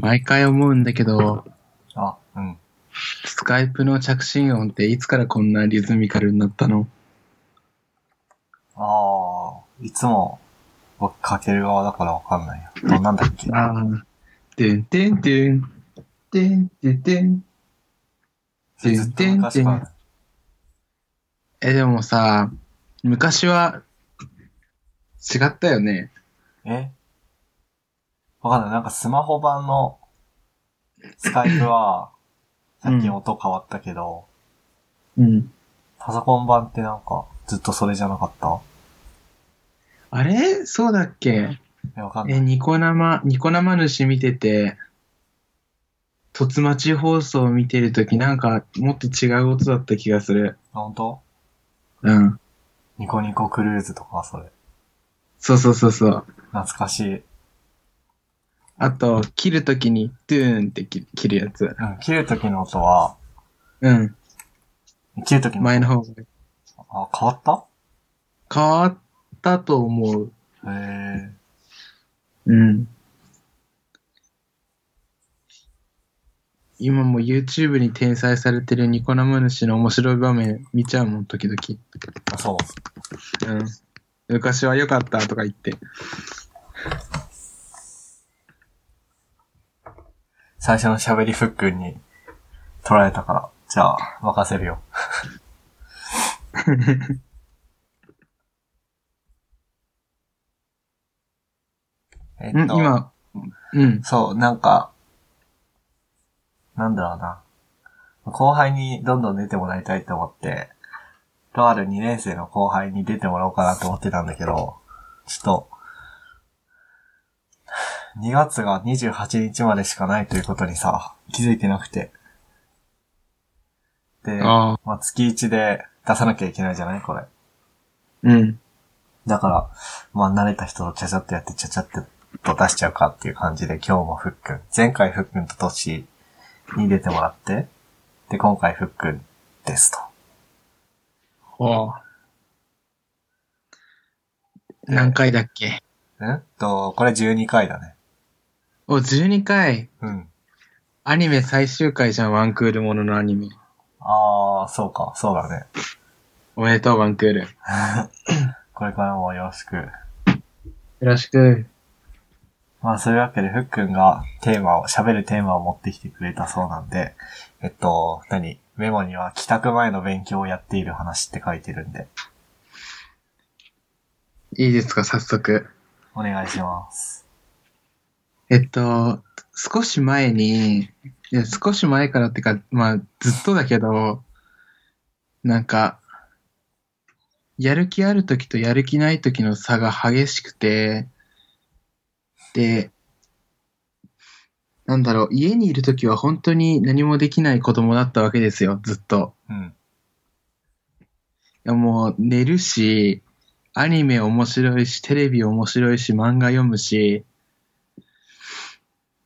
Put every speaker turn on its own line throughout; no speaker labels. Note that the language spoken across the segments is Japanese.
毎回思うんだけど、
あ、うん。
スカイプの着信音っていつからこんなリズミカルになったの
ああ、いつも、僕かける側だからわかんないや。どんなんだっけ
ああ。てんてんてん。てんてんてん。
それずっと昔からね。
え、でもさ、昔は違ったよね。
えわかんない。なんかスマホ版のスカイプは、最近音変わったけど、
うん。
パソコン版ってなんか、ずっとそれじゃなかった
あれそうだっけ
え、わかんない。
え、ニコ生、ニコ生主見てて、突町放送を見てるときなんかもっと違う音だった気がする。
あ、ほんと
うん。
ニコニコクルーズとか、それ。
そうそうそうそう。
懐かしい。うん。
あと、切るときに、ドゥーンって切切るやつ。
切る時の音は、
うん。
切る時の音
前の方が
あ、変わった
変わったと思う。
へえ。
うん。今も YouTube に転載されてるニコ生主の面白い場面見ちゃうもん、時々。
あ、そう。
うん。昔は良かったとか言って。
最初の喋りフックに取られたから。じゃあ、任せ るよ。え
うん、今、うん。
そう、なんか、なんだろうな。後輩にどんどん出てもらいたいと思って、とある2年生の後輩に出てもらおうかなと思ってたんだけど、ちょっと、2月が28日までしかないということにさ、気づいてなくて。で、
ああ、
まあ、月1で出さなきゃいけないじゃないこれ。
うん。
だから、まあ、慣れた人とちゃちゃっとやって、ちゃちゃっと出しちゃうかっていう感じで、今日もふっくん。前回ふっくんとトッシーに出てもらって、で、今回ふっくんですと。
ほう。何回だっけ
うんと、これ12回だね。
お、12回。
うん。
アニメ最終回じゃん、ワンクールもののアニメ。
あー、そうか、そうだね。
おめでとう、ワンクール。よ
これからもよろしく。
ろしく。
まあ、そういうわけで、ふっくんがテーマを、喋るテーマを持ってきてくれたそうなんで、えっと、何メモには帰宅前の勉強をやっている話って書いてるんで、
いいですか、早速。
お願いします。
えっと、少し前に、いや少し前からってか、まあ、ずっとだけど、なんか、やる気ある時とやる気ない時の差が激しくて、で、なんだろう、家にいる時は本当に何もできない子供だったわけですよ、ずっと。
うん。
いやもう寝るし、アニメ面白いし、テレビ面白いし、漫画読むし、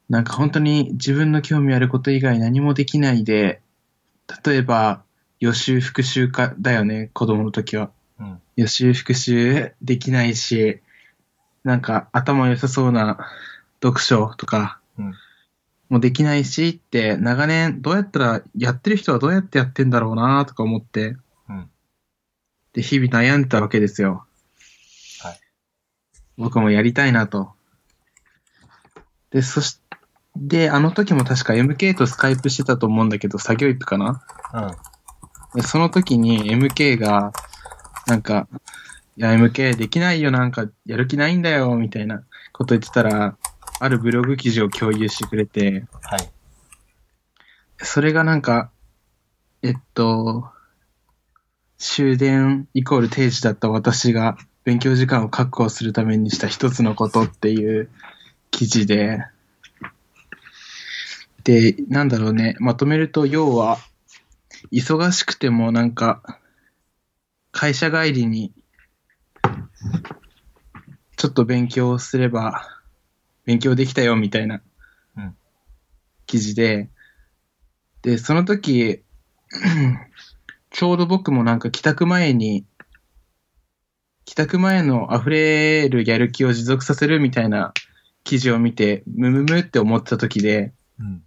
なんか本当に自分の興味あること以外何もできないで、例えば予習復習かだよね、子供の時は。
うん。
予習復習できないし、なんか頭良さそうな読書とか
うん
もできないしって、長年どうやったら、やってる人はどうやってやってんだろうなとか思って、
うん
で、日々悩んでたわけですよ。
はい
僕もやりたいなと。で、そし、で、あの時も確か MK とスカイプしてたと思うんだけど、作業プかな
うん。
で、その時に MK が、なんか、いや、MK できないよ、なんか、やる気ないんだよ、みたいなこと言ってたら、あるブログ記事を共有してくれて、
はい。
それがなんか、えっと、終電イコール定時だった私が勉強時間を確保するためにした一つのことっていう記事で、で、なんだろうね、まとめると要は、忙しくてもなんか、会社帰りに、ちょっと勉強すれば、勉強できたよみたいな
うん
記事で、で、その時、 ちょうど僕もなんか帰宅前に、帰宅前の溢れるやる気を持続させるみたいな記事を見て、ムムムって思ってた時で、
うん。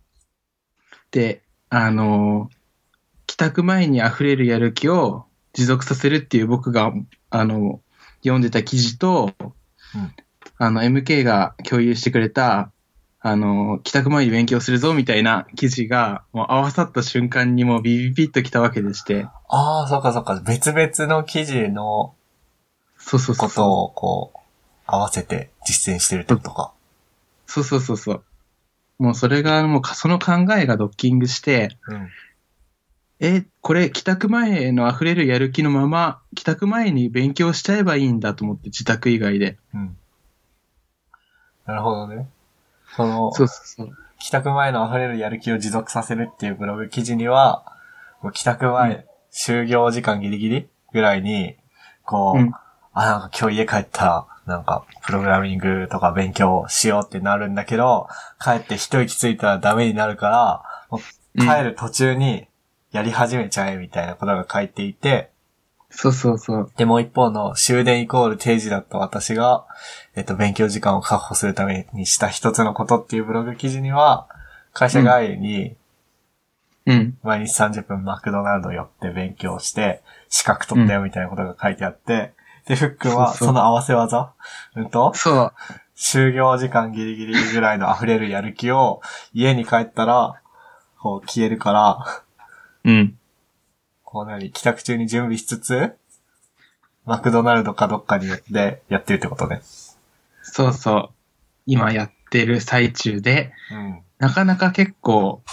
で、あのー帰宅前に溢れるやる気を持続させるっていう僕が、あの、読んでた記事と、
うん
あの、MK が共有してくれた、あのー、帰宅前に勉強するぞみたいな記事が、もう合わさった瞬間にもうビビビッときたわけでして、
ああ、そっかそっか。別々の記事の
そうそうそ
こ
うそう。
とをこう、合わせて実践してるってことか。
そうそうそうそう。もうそれが、もうかその考えがドッキングして、
うん。
え、これ帰宅前の溢れるやる気のまま、帰宅前に勉強しちゃえばいいんだと思って、自宅以外で。
うん。なるほどね。その、
そうそうそう。
帰宅前の溢れるやる気を持続させるっていうブログ記事には、もう帰宅前、
う
就業時間ギリギリぐらいに、こう、
うん
あ、なんか今日家帰ったら、なんか、プログラミングとか勉強しようってなるんだけど、帰って一息ついたらダメになるから、もう
うん
帰る途中にやり始めちゃえみたいなことが書いていて、
そうそうそう。
で、もう一方の終電イコール定時だった私が、えっと、勉強時間を確保するためにした一つのことっていうブログ記事には、会社帰りに
うん。
毎日30分マクドナルド寄って勉強して、資格取ったよみたいなことが書いてあって、で、ふっくんは
そうそう
その合わせ技うんと
そう。
就業時間ギリギリぐらいの溢れるやる気を、家に帰ったら、こう消えるから、
うん。
こうなり、帰宅中に準備しつつ、マクドナルドかどっかに寄ってやってるってことね。
そうそう。今やってる最中で、
うん。
なかなか結構、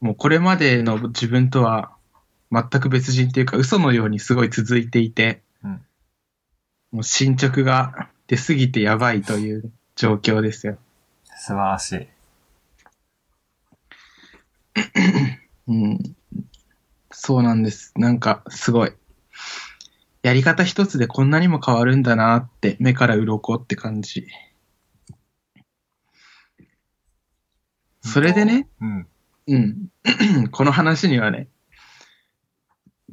もうこれまでの自分とは全く別人っていうか、嘘のようにすごい続いていて、
うん
もう進捗が出すぎてやばいという状況ですよ。
素晴らしい。
うん。そうなんです。なんか、すごい。やり方一つでこんなにも変わるんだなって、目から鱗って感じ。それでね、
うん。
うん。 この話にはね、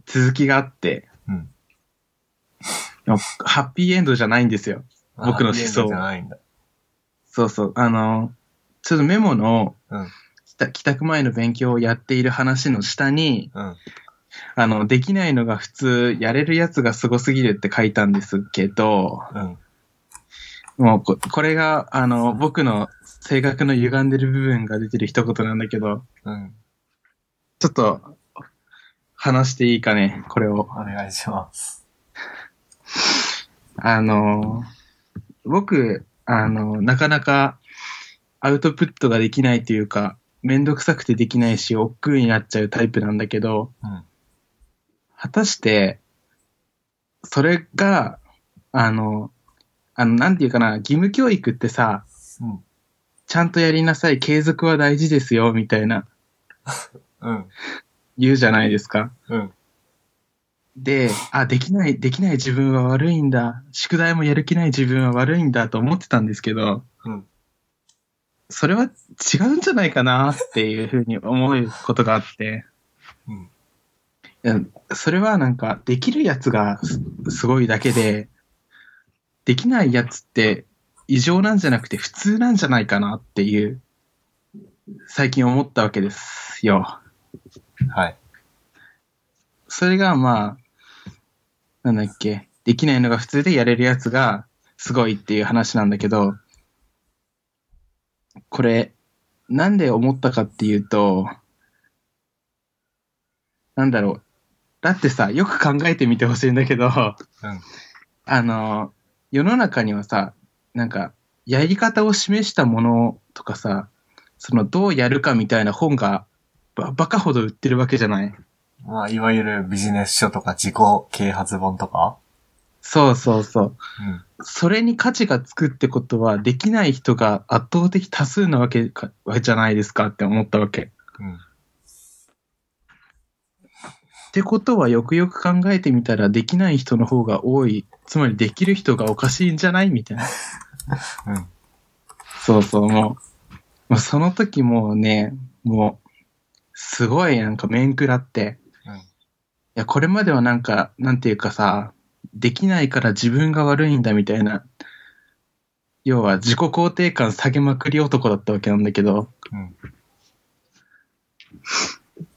続きがあって、
うん。
でもハッピーエンドじゃないんですよ。僕の思想
あゲームじゃないんだ。
そうそう。あの、ちょっとメモの、
うん
帰宅帰宅前の勉強をやっている話の下に、
うん。
あの、できないのが普通、やれるやつがすごすぎるって書いたんですけど、
うん。
もうこ、これが、あの、僕の性格の歪んでる部分が出てる一言なんだけど、
うん。
ちょっと、話していいかね、これを
お。願いします。
あの、僕、あの、なかなかアウトプットができないというか、めんどくさくてできないし、億劫になっちゃうタイプなんだけど、
うん。
果たして、それが、あの、あの、なんていうかな、義務教育ってさ、
うん。
ちゃんとやりなさい、継続は大事ですよ、みたいな、
うん。
言うじゃないですか。
うん。
で、あ、できない、できない自分は悪いんだ、宿題もやる気ない自分は悪いんだと思ってたんですけど、
うん。
それは違うんじゃないかなっていうふうに思うことがあって、
うん。
うんそれはなんか、できるやつがすすごいだけで、できないやつって異常なんじゃなくて普通なんじゃないかなっていう、最近思ったわけですよ。
はい。
それがまあ、なんだっけ、できないのが普通でやれるやつがすごいっていう話なんだけど、これ、なんで思ったかっていうと、なんだろう。だってさ、よく考えてみてほしいんだけど、
うん。
あの、世の中にはさ、なんか、やり方を示したものとかさ、その、どうやるかみたいな本が、ば、バカほど売ってるわけじゃない
まあ、いわゆるビジネス書とか自己啓発本とか。
そうそうそう。
うん。
それに価値がつくってことは、できない人が圧倒的多数なわけか、わじゃないですかって思ったわけ。
うん。
ってことは、よくよく考えてみたら、できない人の方が多い。つまり、できる人がおかしいんじゃないみたいな。
うん。
そうそう、もう、もうその時もうね、もう、すごいなんか面食らって、
うん
いや、これまではなんか、なんていうかさ、できないから自分が悪いんだみたいな、要は自己肯定感下げまくり男だったわけなんだけど、
うん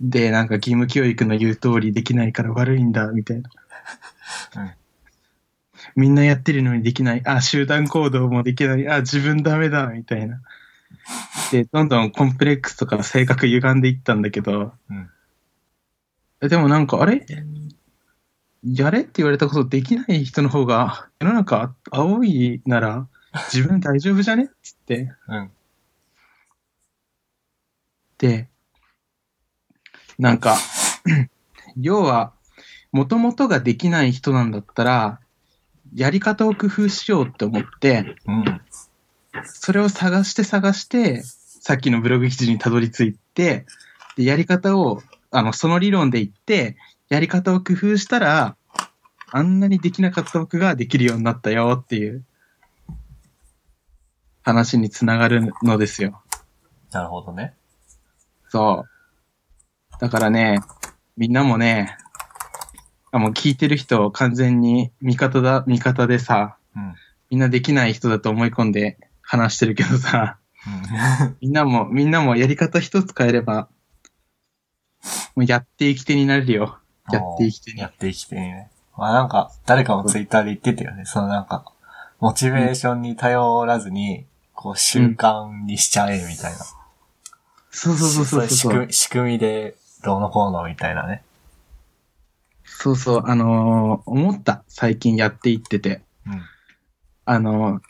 で、なんか義務教育の言う通りできないから悪いんだ、みたいな。
うん
みんなやってるのにできない。あ、集団行動もできない。あ、自分ダメだ、みたいな。で、どんどんコンプレックスとか性格歪んでいったんだけど、
うん
えでもなんか、あれやれって言われたことできない人の方が、世の中青いなら自分大丈夫じゃねっつって。
うん。
で、なんか、 要は、もともとができない人なんだったら、やり方を工夫しようって思って、
うん。
それを探して探して、さっきのブログ記事にたどり着いて、で、やり方を、あの、その理論で言って、やり方を工夫したら、あんなにできなかった僕ができるようになったよっていう話につながるのですよ。
なるほどね。
そう。だからね、みんなもね、あもう聞いてる人完全に味方だ、味方でさ、
うん。うん。
みんなできない人だと思い込んで話してるけどさ、みんなも、みんなもやり方一つ変えれば、もうやっていき手になれるよ。やっていき手に
や。っていきてね。まあなんか、誰かもツイッターで言ってたよね。そのなんか、モチベーションに頼らずに、こう習慣にしちゃえみたいな。
そうそうそうそう
仕
そう
組。み仕組みで、どうのこうのみたいなね。
そうそう、あのー思った。最近やっていってて。
うん。
あの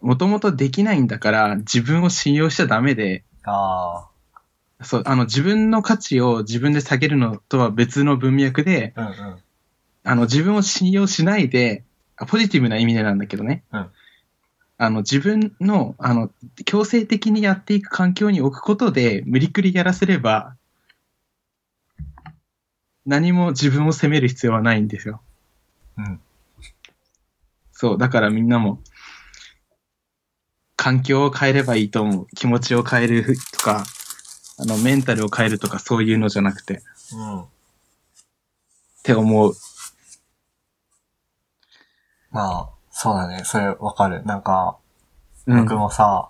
もともとできないんだから、自分を信用しちゃダメで、
あ
そう、あの、自分の価値を自分で下げるのとは別の文脈で、
あ、うんうん。
あの、自分を信用しないで、あポジティブな意味でなんだけどね。
うん
あの、自分の、あの、強制的にやっていく環境に置くことで、無理くりやらせれば、何も自分を責める必要はないんですよ。
うん。
そう、だからみんなも、環境を変えればいいと思う。気持ちを変えるとか、あの、メンタルを変えるとか、そういうのじゃなくて。
うん。
って思う。
まあ、そうだね。それわかる。なんか、
うん
僕。もさ、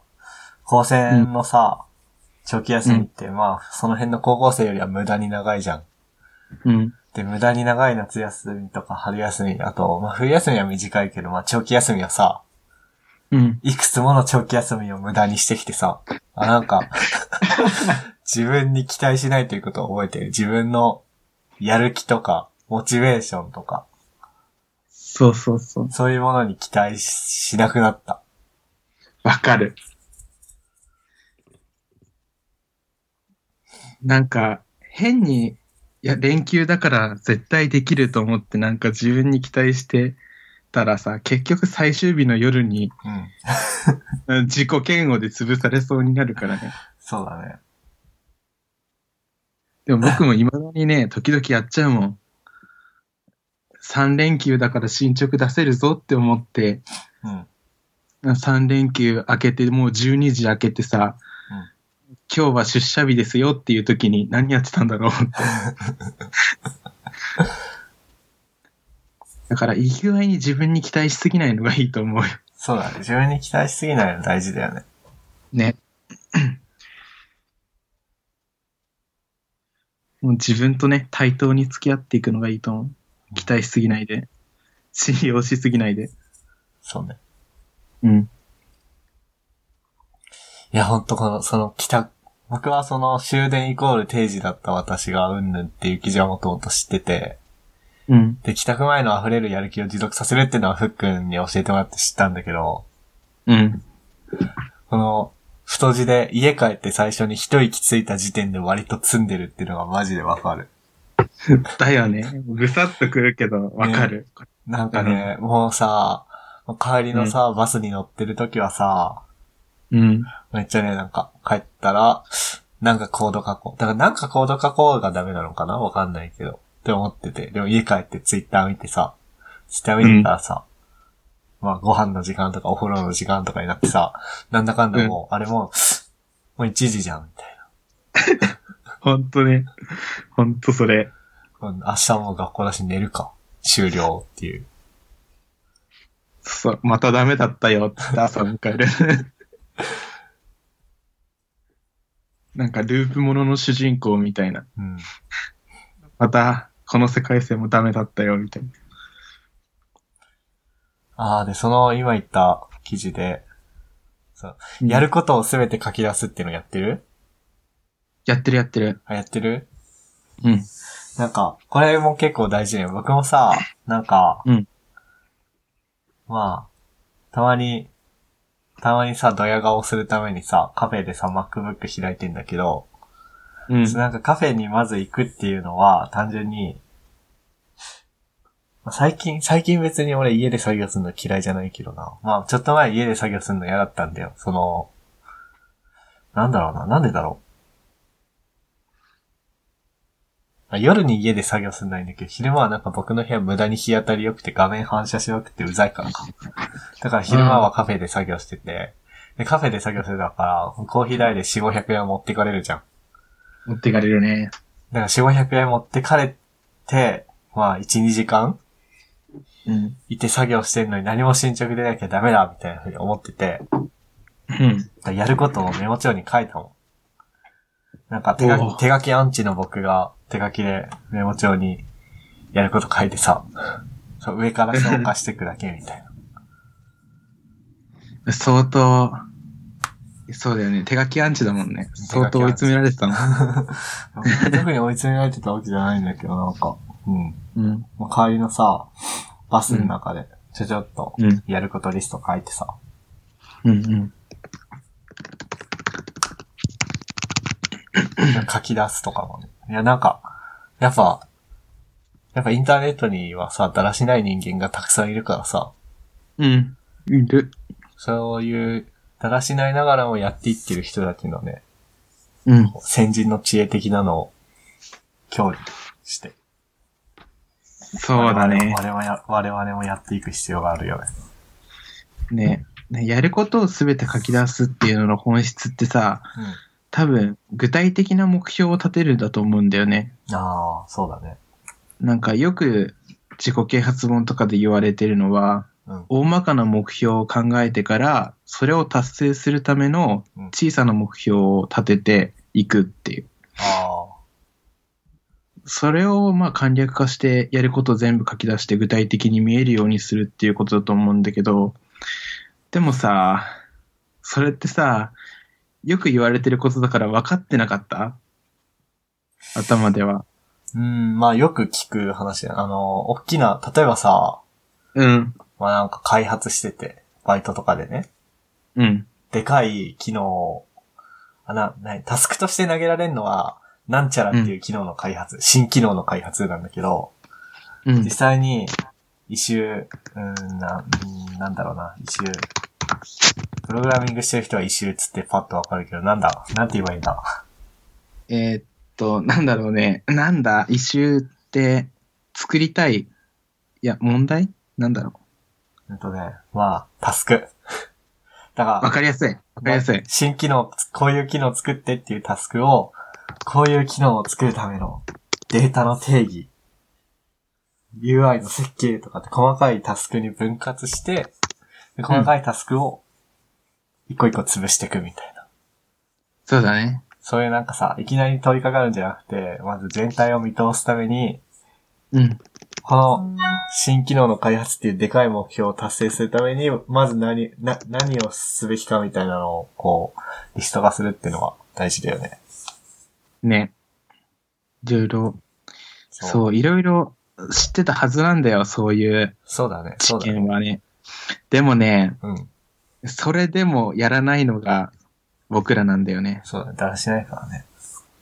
高専のさ、長期休みって、まあ、その辺の高校生よりは無駄に長いじゃん。
うん。
で、無駄に長い夏休みとか春休み、あと、まあ冬休みは短いけど、まあ長期休みはさ、
うん。
いくつもの長期休みを無駄にしてきてさ、あ、なんか、自分に期待しないということを覚えてる。自分のやる気とか、モチベーションとか、
そうそうそう。
そういうものに期待ししなくなった。
わかる。なんか、変に、いや、連休だから絶対できると思って、なんか自分に期待してたらさ、結局最終日の夜に
うん。
うん自己嫌悪で潰されそうになるからね。
そうだね。
でも僕も未だにね、時々やっちゃうもん。3連休だから進捗出せるぞって思って、
うん。
3連休明けて、もう12時明けてさ、
うん
今日は出社日ですよっていう時に何やってたんだろう って。だから、いい具合に自分に期待しすぎないのがいいと思うよ。
そうだね。自分に期待しすぎないの大事だよね。
ね。 もう自分とね、対等に付き合っていくのがいいと思う。期待しすぎないで。信用しすぎないで。
そうね。
うん。
いや、ほんとこの、その、帰宅、僕はその終電イコール定時だった私がうんぬんっていう記事はもともと知ってて、
うん。
で、帰宅前の溢れるやる気を持続させるっていうのはふっくんに教えてもらって知ったんだけど、
うん。
この、太字で家帰って最初に一息ついた時点で割と積んでるっていうのがマジでわかる。
だよね。ぐさっとくるけど、わかる。
なんかね、もうさ、帰りのさ、バスに乗ってる時はさ、
うん。
めっちゃね、なんか、帰ったら、なんかコード書こう。だからなんかコード書こうがダメなのかなわかんないけど。って思ってて。でも家帰ってツイッター見てさ、ツイッター見てたらさ、まあご飯の時間とかお風呂の時間とかになってさ、なんだかんだもう、あれもう、もう1時じゃん、みたい
ほんとね。ほんとそれ。
な。うん明日もう学校だし寝るか。終了っていう。
そう、またダメだったよって言って朝を迎え る。なんかループものの主人公みたいな。
うん。
また、この世界線もダメだったよ、みたいな。
ああ、で、その、今言った記事で、
うん
やることをすべて書き出すっていうのやってる
やってるやってる。
あ、やってる
うん。
なんか、これも結構大事ね。僕もさ、なんか、
うん
まあ、たまに、たまにさ、ドヤ顔するためにさ、カフェでさ、MacBook 開いてんだけど、
うん。
なんかカフェにまず行くっていうのは、単純に、まあ最近、最近別に俺家で作業するの嫌いじゃないけどな。まあ、ちょっと前家で作業するの嫌だったんだよ。その、なんだろうな、なんでだろう。まあ夜に家で作業するのはいいんだけど、昼間はなんか僕の部屋無駄に日当たり良くて画面反射しよくてうざいからか。だから昼間はカフェで作業してて、でカフェで作業するだから、コーヒー代で4、500円持ってかれるじゃん。
持ってかれるね。
だから4、500円持ってかれて、まあ、1、2時間
うん。
いて作業してんのに何も進捗出なきゃダメだ、みたいなふうに思ってて、
うん。
だからやることをメモ帳に書いたもん。なんか手書
お
き、
う
手書きアンチの僕が手書きでメモ帳にやること書いてさ、そう上から消化していくだけみたいな。
相当、そうだよね。手書きアンチだもんね。相当追い詰められてたな。
特に追い詰められてたわけじゃないんだけど、なんか、うん。
うん。
もう帰りのさ、バスの中で、ちょちょっと
うん。
やることリスト書いてさ、
うん。うん。
書き出すとかもね。いや、なんか、やっぱ、やっぱインターネットにはさ、だらしない人間がたくさんいるからさ、
うん。いる。
そういう、だらしないながらもやっていってる人たちのね、
うん。
先人の知恵的なのを、共有して。
そうだね。
我々もや、我々もやっていく必要があるよね。
ね。ねやることを全て書き出すっていうのの本質ってさ、多分、具体的な目標を立てるだと思うんだよね。
うん。ああ、そうだね。
なんかよく自己啓発本とかで言われてるのは、
うん。
大まかな目標を考えてから、それを達成するための
うん
小さな目標を立てていくっていう。
あ
それをまあ簡略化してやることを全部書き出して具体的に見えるようにするっていうことだと思うんだけど、でもさ、それってさ、よく言われてることだから分かってなかった頭では。
あ。うん、まあよく聞く話だよあの、大きな、例えばさ、
うん、
まあなんか開発してて、バイトとかでね。
うん、
でかい機能をあな、なタスクとして投げられるのは、なんちゃらっていう機能の開発、新機能の開発なんだけど、
うん
実、際に、一周、うんな、うんなんだろうな、一周、プログラミングしてる人は一周つってパッとわかるけど、なんだ、なんて言えばいいんだ。
えーっと、なんだろうね。なんだ、一周って作りたい。いや、問題なんだろ
うんとね、まあ、タスク。だ
う。わ
か
かりやすい。わかり
ら
やすい、。
新機能、こういう機能作ってっていうタスクを、こういう機能を作るためのデータの定義、UI の設計とかって細かいタスクに分割して、で細かいタスクを一個一個潰していくみたいな。
そうだね。
そういうなんかさ、いきなり取り掛かるんじゃなくて、まず全体を見通すために、
うん。
この新機能の開発っていうでかい目標を達成するために、まず何、な、何をすべきかみたいなのを、こう、リスト化するっていうのは大事だよね。
ね。いろいろ、
そう
そう、いろいろ知ってたはずなんだよ、そういう
そうだね、そ
知
うだね。
見はね。でもね、
うん。
それでもやらないのが僕らなんだよね。
そうだね、だらしないからね。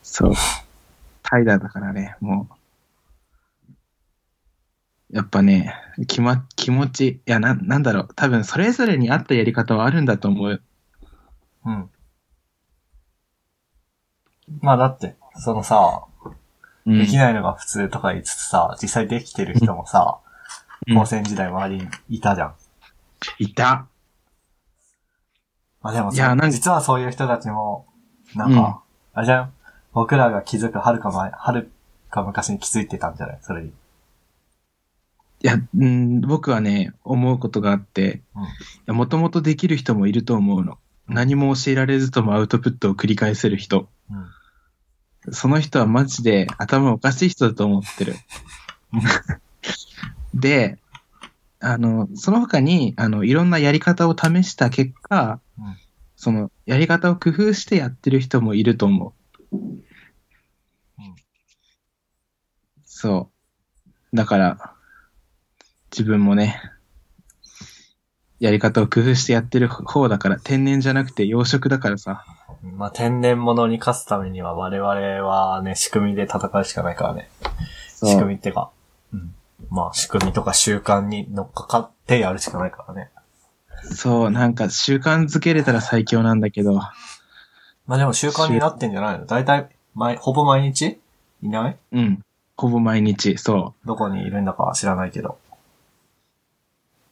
そう。怠惰だからね、もう。やっぱね、気,、ま、気持ち、いや、な、なんだろう。多分、それぞれに合ったやり方はあるんだと思う。
うん。まあだって、そのさ、
うん
できないのが普通とか言いつつさ、実際できてる人もさ、
うん
高専時代周りにいたじゃん。
いた。
まあでも
いや
さ
なん、か
実はそういう人たちも、なんか、あれじゃん僕らが気づくはるか前、はるか昔に気づいてたんじゃないそれに。
いや、うん、僕はね、思うことがあって
うん、
もともとできる人もいると思うの。
うん
何も教えられずともアウトプットを繰り返せる人。
うん。
その人はマジで頭おかしい人だと思ってる。 で、あの、その他に、あの、いろんなやり方を試した結果、
うん
その、やり方を工夫してやってる人もいると思う。
うん
そう。だから、自分もね、やり方を工夫してやってる方だから、天然じゃなくて養殖だからさ。
まあ、天然物に勝つためには我々はね、仕組みで戦うしかないからね。
そう
仕組みってか、うん。まあ、仕組みとか習慣に乗っかかってやるしかないからね。
そう、なんか習慣づけれたら最強なんだけど、
まあでも習慣になってんじゃないのだいたい、毎、ほぼ毎日いない
うん。ほぼ毎日、そ
どこにいるんだかは知らないけど。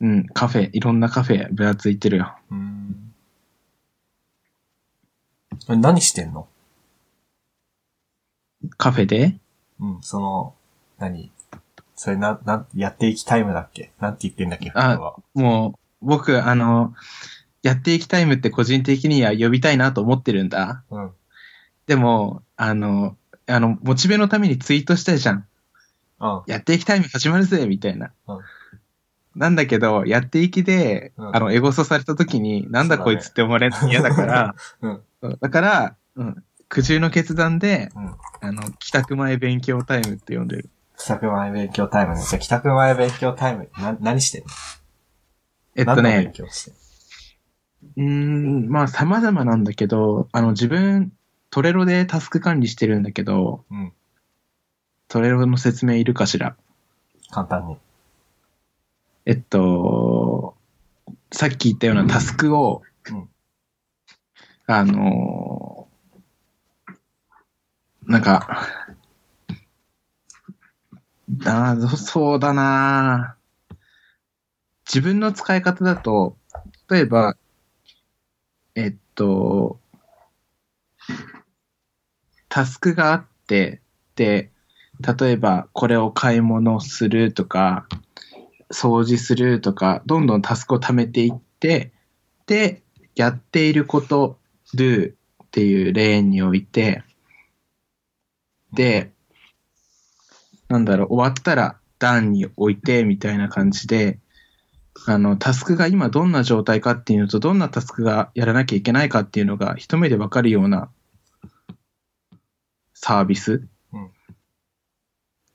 う。うん、カフェ、いろんなカフェ、ぶらついてるよ。
うーん。え何してんの
カフェで
うん、その、何それな、なん、やっていきタイムだっけなんて言ってんだっけ
あ
本当は
もう、僕、あの、やっていきタイムって個人的には呼びたいなと思ってるんだ。
うん。
でも、あの、あの、モチベのためにツイートしたいじゃん。
うん。
やっていきタイム始まるぜみたいな。
うん
なんだけど、やっていきで、
うん
あの、エゴソされた時に、なんだこいつって思われるの嫌だから、
うん。
そうだから、うん、苦渋の決断で、
うん。
あの、帰宅前勉強タイムって呼んでる。
帰宅前勉強タイムね。じゃあ帰宅前勉強タイム、な、何してんの
えっ
何
と
の
ね
勉、強してんの
うーん、まあ様々なんだけど、あの自分、トレロでタスク管理してるんだけど、
うん。
トレロの説明いるかしら
簡単に。
えっと、さっき言ったようなタスクを、
うん
あのーなんか、あーそそうだな自分の使い方だと、例えば、えっと、タスクがあって、で、例えばこれを買い物するとか、掃除するとか、どんどんタスクを貯めていって、で、やっていること、do っていうレーンに置いて、で、なんだろう、終わったら done に置いて、みたいな感じで、あの、タスクが今どんな状態かっていうのと、どんなタスクがやらなきゃいけないかっていうのが一目でわかるようなサービス
うん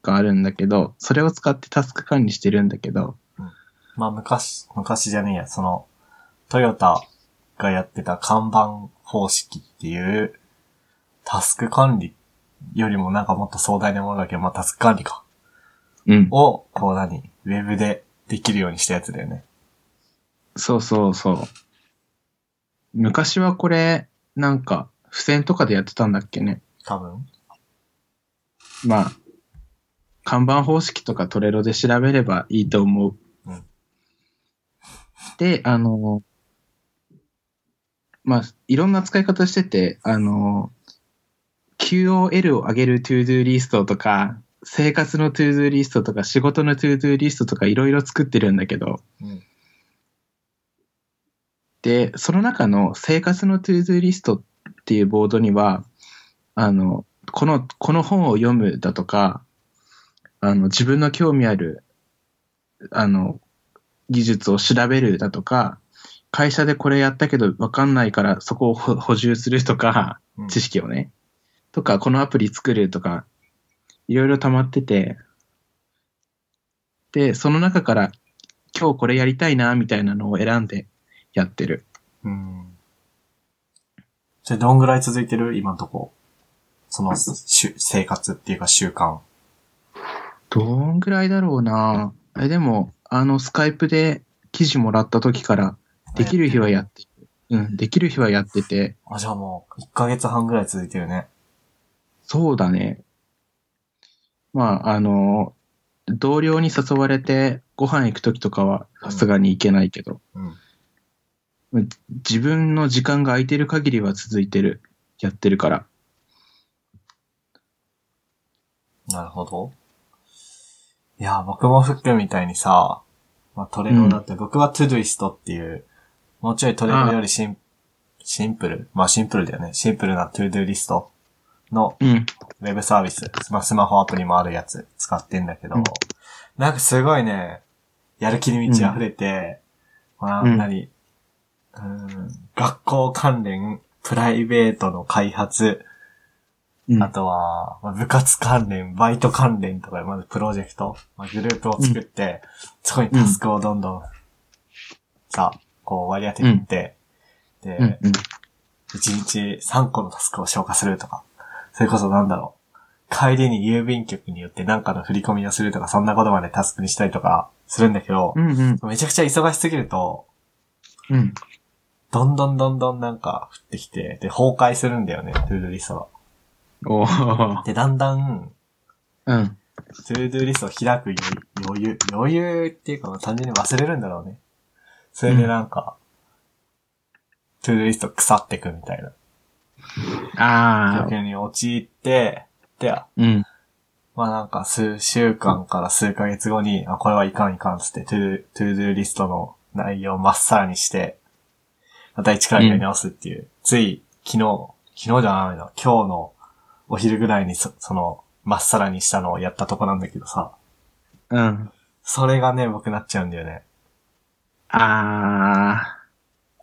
があるんだけど、それを使ってタスク管理してるんだけど、
まあ昔、昔じゃねえや、その、トヨタがやってた看板方式っていう、タスク管理よりもなんかもっと壮大なものだけど、まあタスク管理か。
うん。
を、こう何ウェブでできるようにしたやつだよね。
そうそうそう。昔はこれ、なんか、付箋とかでやってたんだっけね。
多分。
まあ、看板方式とかトレロで調べればいいと思う。
うん
で、あの、まあ、いろんな使い方してて、あの、QOL を上げるトゥードゥーリストとか、生活のトゥードゥーリストとか、仕事のトゥードゥーリストとかいろいろ作ってるんだけど、
うん。
で、その中の生活のトゥードゥーリストっていうボードには、あの、この、この本を読むだとか、あの、自分の興味ある、あの、技術を調べるだとか、会社でこれやったけど分かんないからそこを補補充するとか、
うん
知識をね、とか、このアプリ作るとか、いろいろ溜まってて、で、その中から今日これやりたいな、みたいなのを選んでやってる。
うん。それどんぐらい続いてる今んとこ。その、し生活っていうか習慣。
どんぐらいだろうなえ、でも、あの、スカイプで記事もらった時から、できる日はやって、うん、できる日はやってて、
あ、じゃあもう、1ヶ月半ぐらい続いてるね。
そうだね。まあ、あの、同僚に誘われてご飯行く時とかはさすがに行けないけど、
うん。
自分の時間が空いてる限りは続いてる。やってるから。
なるほど。いや、僕もフックみたいにさ、まあ、トレロだって、僕はトゥドゥイストっていう、もうちょいトレロよりシンシンプル、まあシンプルだよね。シンプルなトゥドゥリストの
うん。
ウェブサービス、まあ、スマホアプリもあるやつ使ってんだけど、
うん
なんかすごいね、やる気に満ち溢れて、まあ、
うん
なに、うーん、学校関連、プライベートの開発、
うん
あとは、まあ、部活関連、バイト関連とか、まずプロジェクト、まあ、グループを作って、そこにタスクをどんどん、さ、こう割り当てていって、で、
うん。うん。
1日3個のタスクを消化するとか、それこそなんだろう。帰りに郵便局によって何かの振り込みをするとか、そんなことまでタスクにしたりとかするんだけど、
うん。うん。
めちゃくちゃ忙しすぎると、
うん。
どんどんどんどんなんか降ってきて、で、崩壊するんだよね、トゥードゥーリスト
おー
が。で、だんだん、
うん。
トゥードゥーリストを開く余裕、余裕っていうか、単純に忘れるんだろうね。それでなんか、トゥードゥーリスト腐ってくみたいな
ああ
状。況に陥って、で、
うん。
まあなんか数週間から数ヶ月後に、あ、これはいかんいかんつって、トゥー、トゥードゥーリストの内容をまっさらにして、また一からやり直すっていう、つい昨日、昨日じゃないの、今日のお昼ぐらいにそその、まっさらにしたのをやったとこなんだけどさ、
うん。
それがね、僕なっちゃうんだよね。
ああ。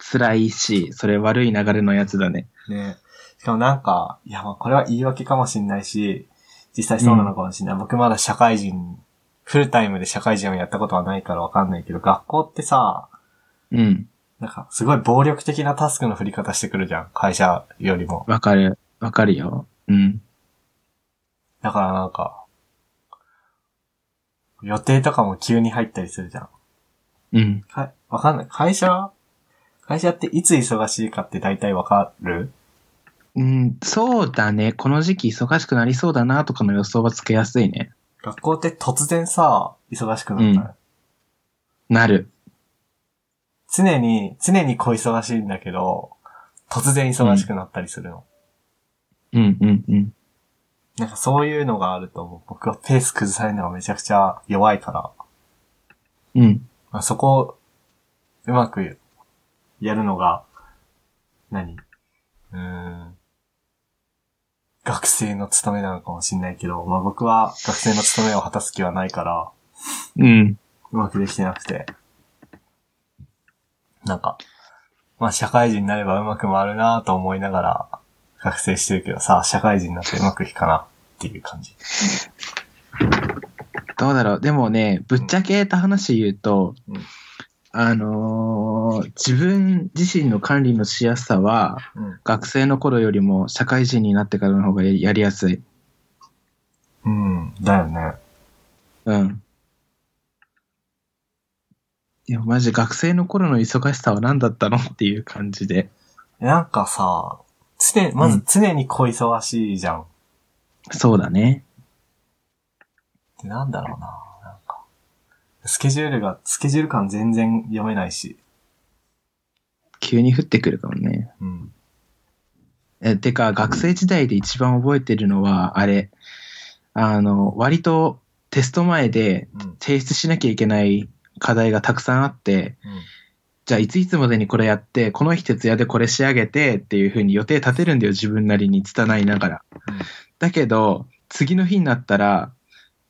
辛いし、それ悪い流れのやつだね。
ね。しかもなんか、いやまあこれは言い訳かもしんないし、実際そうなのかもしんない。僕まだ社会人、フルタイムで社会人をやったことはないからわかんないけど、学校ってさ、
うん。
なんか、すごい暴力的なタスクの振り方してくるじゃん。会社よりも。
わかる。わかるよ。うん。
だからなんか、予定とかも急に入ったりするじゃん。
うん。
かわかんない。会社会社っていつ忙しいかって大体わかる
うん、そうだね。この時期忙しくなりそうだなとかの予想はつけやすいね。
学校って突然さ、忙しくなったら、
うなる。
常に、常に小忙しいんだけど、突然忙しくなったりするの。
うんうんうん。
なんかそういうのがあると、もう僕はペース崩されるのがめちゃくちゃ弱いから、
うん。
まあ、そこを、うまく、やるのが、何うーん。学生の務めなのかもしれないけど、まあ、僕は学生の務めを果たす気はないから、
うん。
うまくできてなくて。なんか、まあ、社会人になればうまく回るなぁと思いながら、学生してるけどさ、社会人になってうまくいくかなっていう感じ。
どうだろう。でもね、ぶっちゃけた話言うと、
うん
あのー自分自身の管理のしやすさは、
うん。
学生の頃よりも社会人になってからの方がやりやすい。
うん。だよね。
うん。いや、マジ学生の頃の忙しさは何だったのっていう感じで。
なんかさ、常、ま
う
ず
ん
常に小忙しいじゃん。
そうだね。
で、なんだろうななんか。スケジュールが、スケジュール感全然読めないし。
急に降ってくるかもね。
うん。
え、てか、学生時代で一番覚えてるのは、あれ、あの、割とテスト前で
うん。
提出しなきゃいけない課題がたくさんあって、じゃあいついつまでにこれやって、この日徹夜でこれ仕上げてっていう風に予定立てるんだよ、自分なりに拙いながら。
うん
だけど、次の日になったら、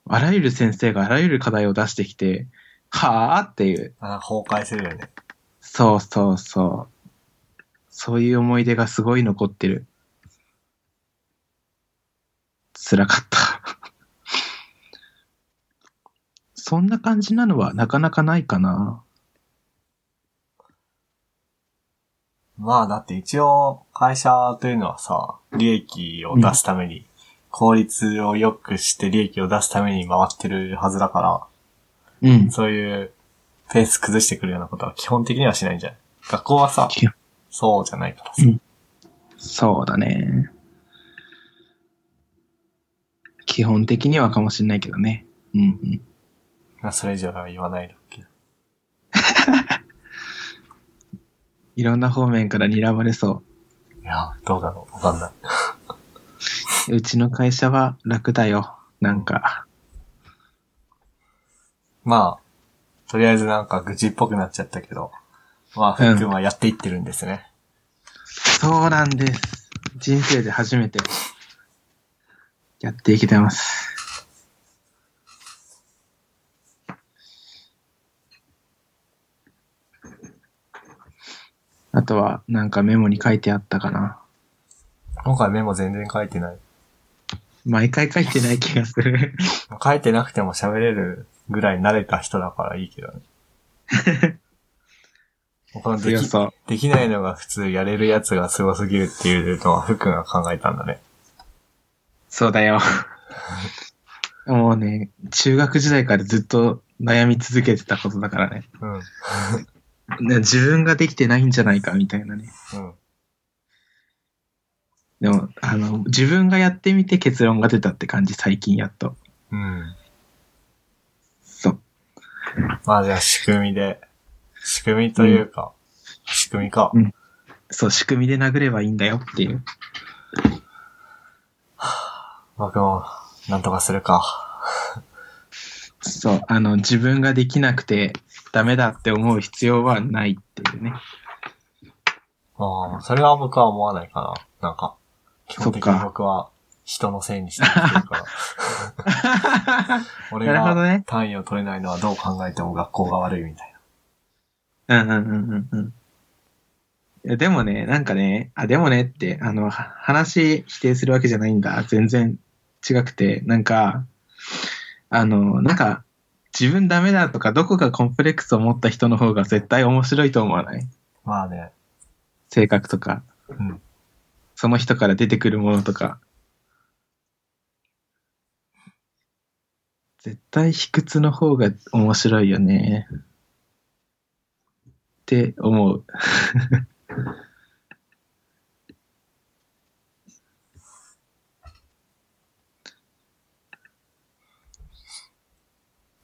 あらゆる先生があらゆる課題を出してきて、はあっていう。
あなんか崩壊するよね。
そうそうそう。そういう思い出がすごい残ってる。辛かった。そんな感じなのはなかなかないかな。
まあ、だって一応、会社というのはさ、利益を出すために、効率を良くして利益を出すために回ってるはずだか
うん
ら、。そういう、ペース崩してくるようなことは基本的にはしないんじゃない学校はさ、そうじゃないからさ。
うんそうだね。基本的にはかもしれないけどね。うんうん。
まあ、それ以上は言わないだろうけど。
いろんな方面から睨まれそ
いや、どうだろうわかんない。
う。うちの会社は楽だよ。なんか。
まあ、とりあえずなんか愚痴っぽくなっちゃったけど、まあ、ふっくんはやっていってるんですね。
そうなんです。人生で初めてやっていけてます。あとは、なんかメモに書いてあったかな。
今回メモ全然書いてない。
毎回書いてない気がする。
書いてなくても喋れるぐらい慣れた人だからいいけ どね。もうこので
強
き
さ。
できないのが普通やれるやつが凄すぎるっていうのはふっくんが考えたんだね。
そうだよ。もうね、中学時代からずっと悩み続けてたことだからね。
うん。う
ね自分ができてないんじゃないかみたいなね。
ん。
でも、あの、自分がやってみて結論が出たって感じ、最近やっと。
うん。
そう。
まあじゃあ仕組みで、仕組みというか、仕組みか。
そう、仕組みで殴ればいいんだよっていう。
僕も、なんとかするか。
そう、あの、自分ができなくてダメだって思う必要はないっていうね。
ああ、それは僕は思わないかな。なんか、基本的
そっ
に
か
僕は人のせいにして生きてるから。俺
なるほど
が
ね。
単位を取れないのはどう考えても学校が悪いみたい
うんうんうんうんうんいや。でもね、なんかね、あ、でもねって、あの、は話否定するわけじゃないんだ。全然違くて、なんか、あの、なんか、自分ダメだとか、どこかコンプレックスを持った人の方が絶対面白いと思わない
な。まあね。
性格とか、
うん
その人から出てくるものとか。絶対卑屈の方が面白いよね。って思う。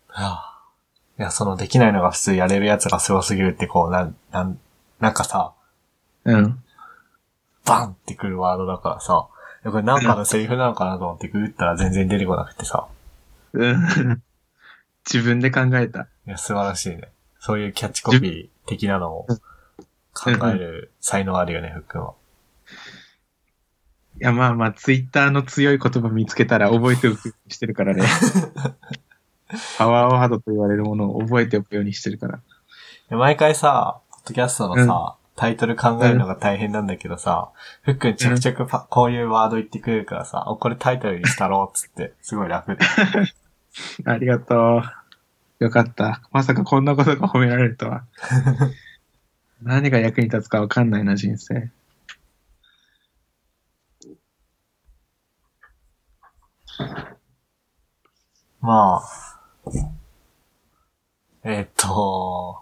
はあいや、そのできないのが普通やれるやつがすごすぎるってこう、なん、なん、なんかさ、
うん。
バンってくるワードだからさ、いやこれなんかのセリフなのかなと思ってググったら全然出てこなくてさ、
うん自分で考えた。
いや、素晴らしいね。そういうキャッチコピー的なのを考える才能あるよね、ふっくんは。
いや、まあまあ、ツイッターの強い言葉見つけたら覚えておくようにしてる からね。パワーワードと言われるものを覚えておくようにしてるから。
で毎回さ、ポッドキャストのさ、タイトル考えるのが大変なんだけどさ、ふっくんちょくちょくパこういうワード言ってくれるからさ、おこれタイトルにしたろうっつって、すごい楽 で。
ありがとう。よかった。まさかこんなことが褒められると は。何が役に立つかわかんないな、人生。
まあ。えーっと、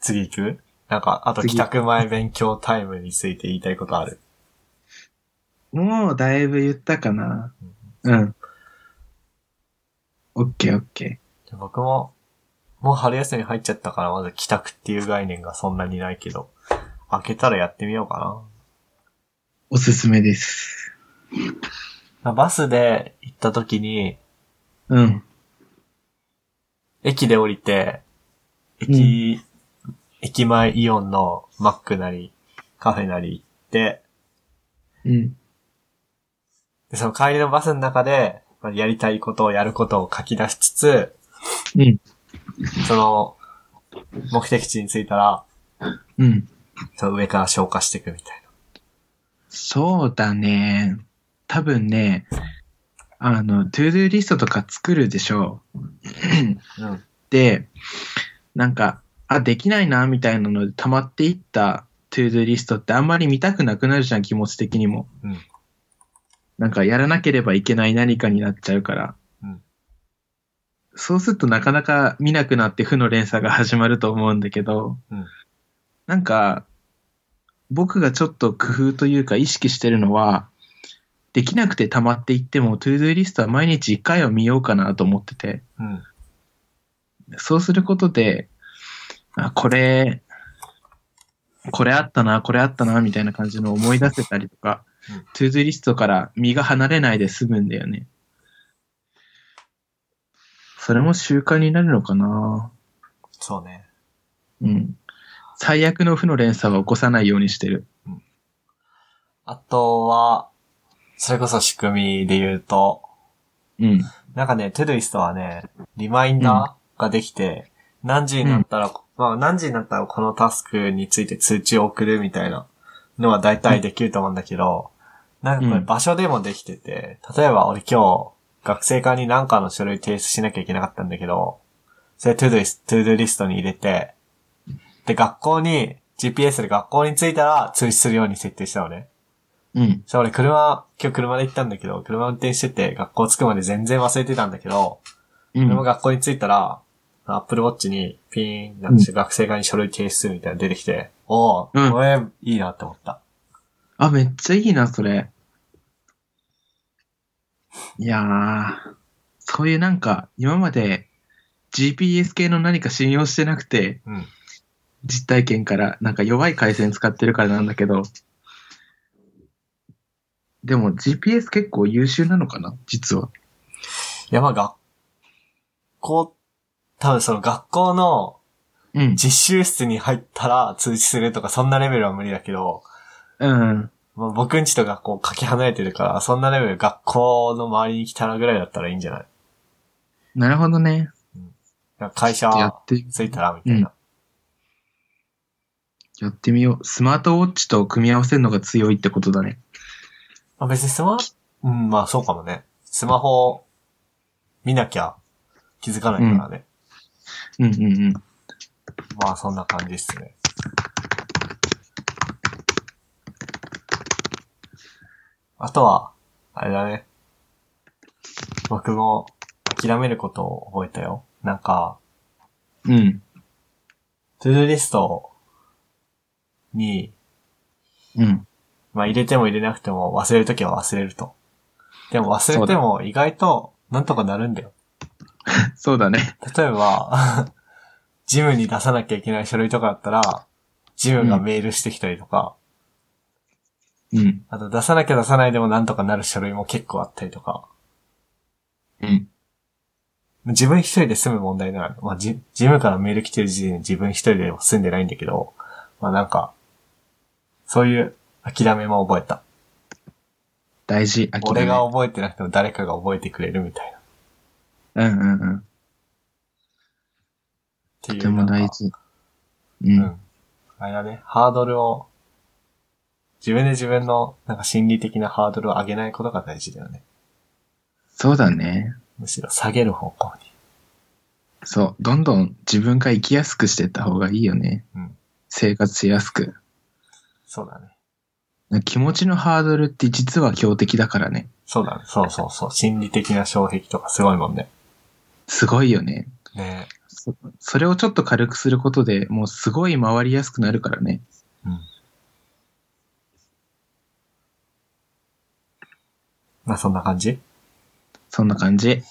次行くなんか、あと
次
帰宅前勉強タイムについて言いたいことある。
もうだいぶ言ったかな。うん。オッケーオッケ
僕も、もう春休み入っちゃったから、まず帰宅っていう概念がそんなにないけど、開けたらやってみようかな。
ー。おすすめです。
まあバスで行った時に、
うん。
駅で降りて、駅、駅前イオンのマックなり、カフェなり行って、
うん。
でその帰りのバスの中で、まあやりたいことをやることを書き出しつつ、
うん。
その、目的地に着いたら、
うん。
その上から消化していくみたい
そうだね。多分ね、あの、トゥードゥーリストとか作るでしょう。
な。うん。
で、なんか、あ、できないな、みたいなので溜まっていったトゥードゥリストってあんまり見たくなくなるじゃん、気持ち的にも。
うん
なんか、やらなければいけない何かになっちゃうから。
うん
そうするとなかなか見なくなって負の連鎖が始まると思うんだけど、
うん
なんか、僕がちょっと工夫というか意識してるのは、できなくて溜まっていっても、トゥードゥリストは毎日1回は見ようかなと思ってて。
うん。
そうすることで、あ、これ、これあったな、これあったな、みたいな感じの思い出せたりとか
うん、
トゥードゥリストから身が離れないで済むんだよね。それも習慣になるのかな
そうね。
うん。最悪の負の連鎖は起こさないようにしてる。
あとは、それこそ仕組みで言うと、
うん。
なんかね、トゥドゥイストはね、リマインダーができて、何時になったら、まあ何時になったらこのタスクについて通知を送るみたいなのは大体できると思うんだけど、なんかこ
う
れ
ん
場所でもできてて、例えば俺今日学生課に何かの書類提出しなきゃいけなかったんだけど、それトゥドゥイスト、ゥドゥリストに入れて、で学校に、GPS で学校に着いたら通知するように設定したのね。
うん。
そう、俺車、今日車で行ったんだけど、車運転してて、学校着くまで全然忘れてたんだけど、
う
俺も
ん。
学校に着いたら、Apple Watch にピーンなんてして、学生側に書類提出みたいなの出てきて、おお、
うん
これいいなって思った。
あ、めっちゃいいな、それ。いやー、そういうなんか、今まで GPS 系の何か信用してなくて、
うん。
実体験から、なんか弱い回線使ってるからなんだけど、でも GPS 結構優秀なのかな実は。
いや、まあ学校、多分その学校の
うん。
実習室に入ったら通知するとか、そんなレベルは無理だけど、
うん。
まあ、僕んちと学校かけ離れてるから、そんなレベル学校の周りに来たらぐらいだったらいいんじゃない
なるほどね。
なんか会社
やって、
着いたらみたいな。
やってみよう。スマートウォッチと組み合わせるのが強いってことだね。
まあ別にスマ、うん、まあそうかもね。スマホ、見なきゃ気づかないからね。
うんうんうん。
まあそんな感じっすね。あとは、あれだね。僕も諦めることを覚えたよ。なんか、
うん。
トゥードゥーリストに、
うん。
まあ入れても入れなくても忘れるときは忘れると。でも忘れても意外となんとかなるんだよ。
そうだね。
例えば、 ジムに出さなきゃいけない書類とかだったら、ジムがメールしてきたりとか、
うん。
あと出さなきゃ出さないでもなんとかなる書類も結構あったりとか、
うん。
自分一人で済む問題なら、まあジ、ジムからメール来てる時点で自分一人では済んでないんだけど、まあなんか、そういう諦めも覚えた。
大事。諦め
俺が覚えてなくても誰かが覚えてくれるみたいな。っ
うんうんうん。
ていう
とても大。事。う。
なんんかうん。あれだね、ハードルを、自分で自分の、なんか心理的なハードルを上げないことが大事だよね。
そうだね。
むしろ下げる方向に。
そう。どんどん自分が生きやすくしていった方がいいよね。
うん
生活しやすく。
そうだね。
気持ちのハードルって実は強敵だからね。
そうだね。そうそうそう。心理的な障壁とかすごいもんね。
すごいよね。
ね
そそれをちょっと軽くすることでもうすごい回りやすくなるからね。
うん。まあそんな感じ
そんな感じ。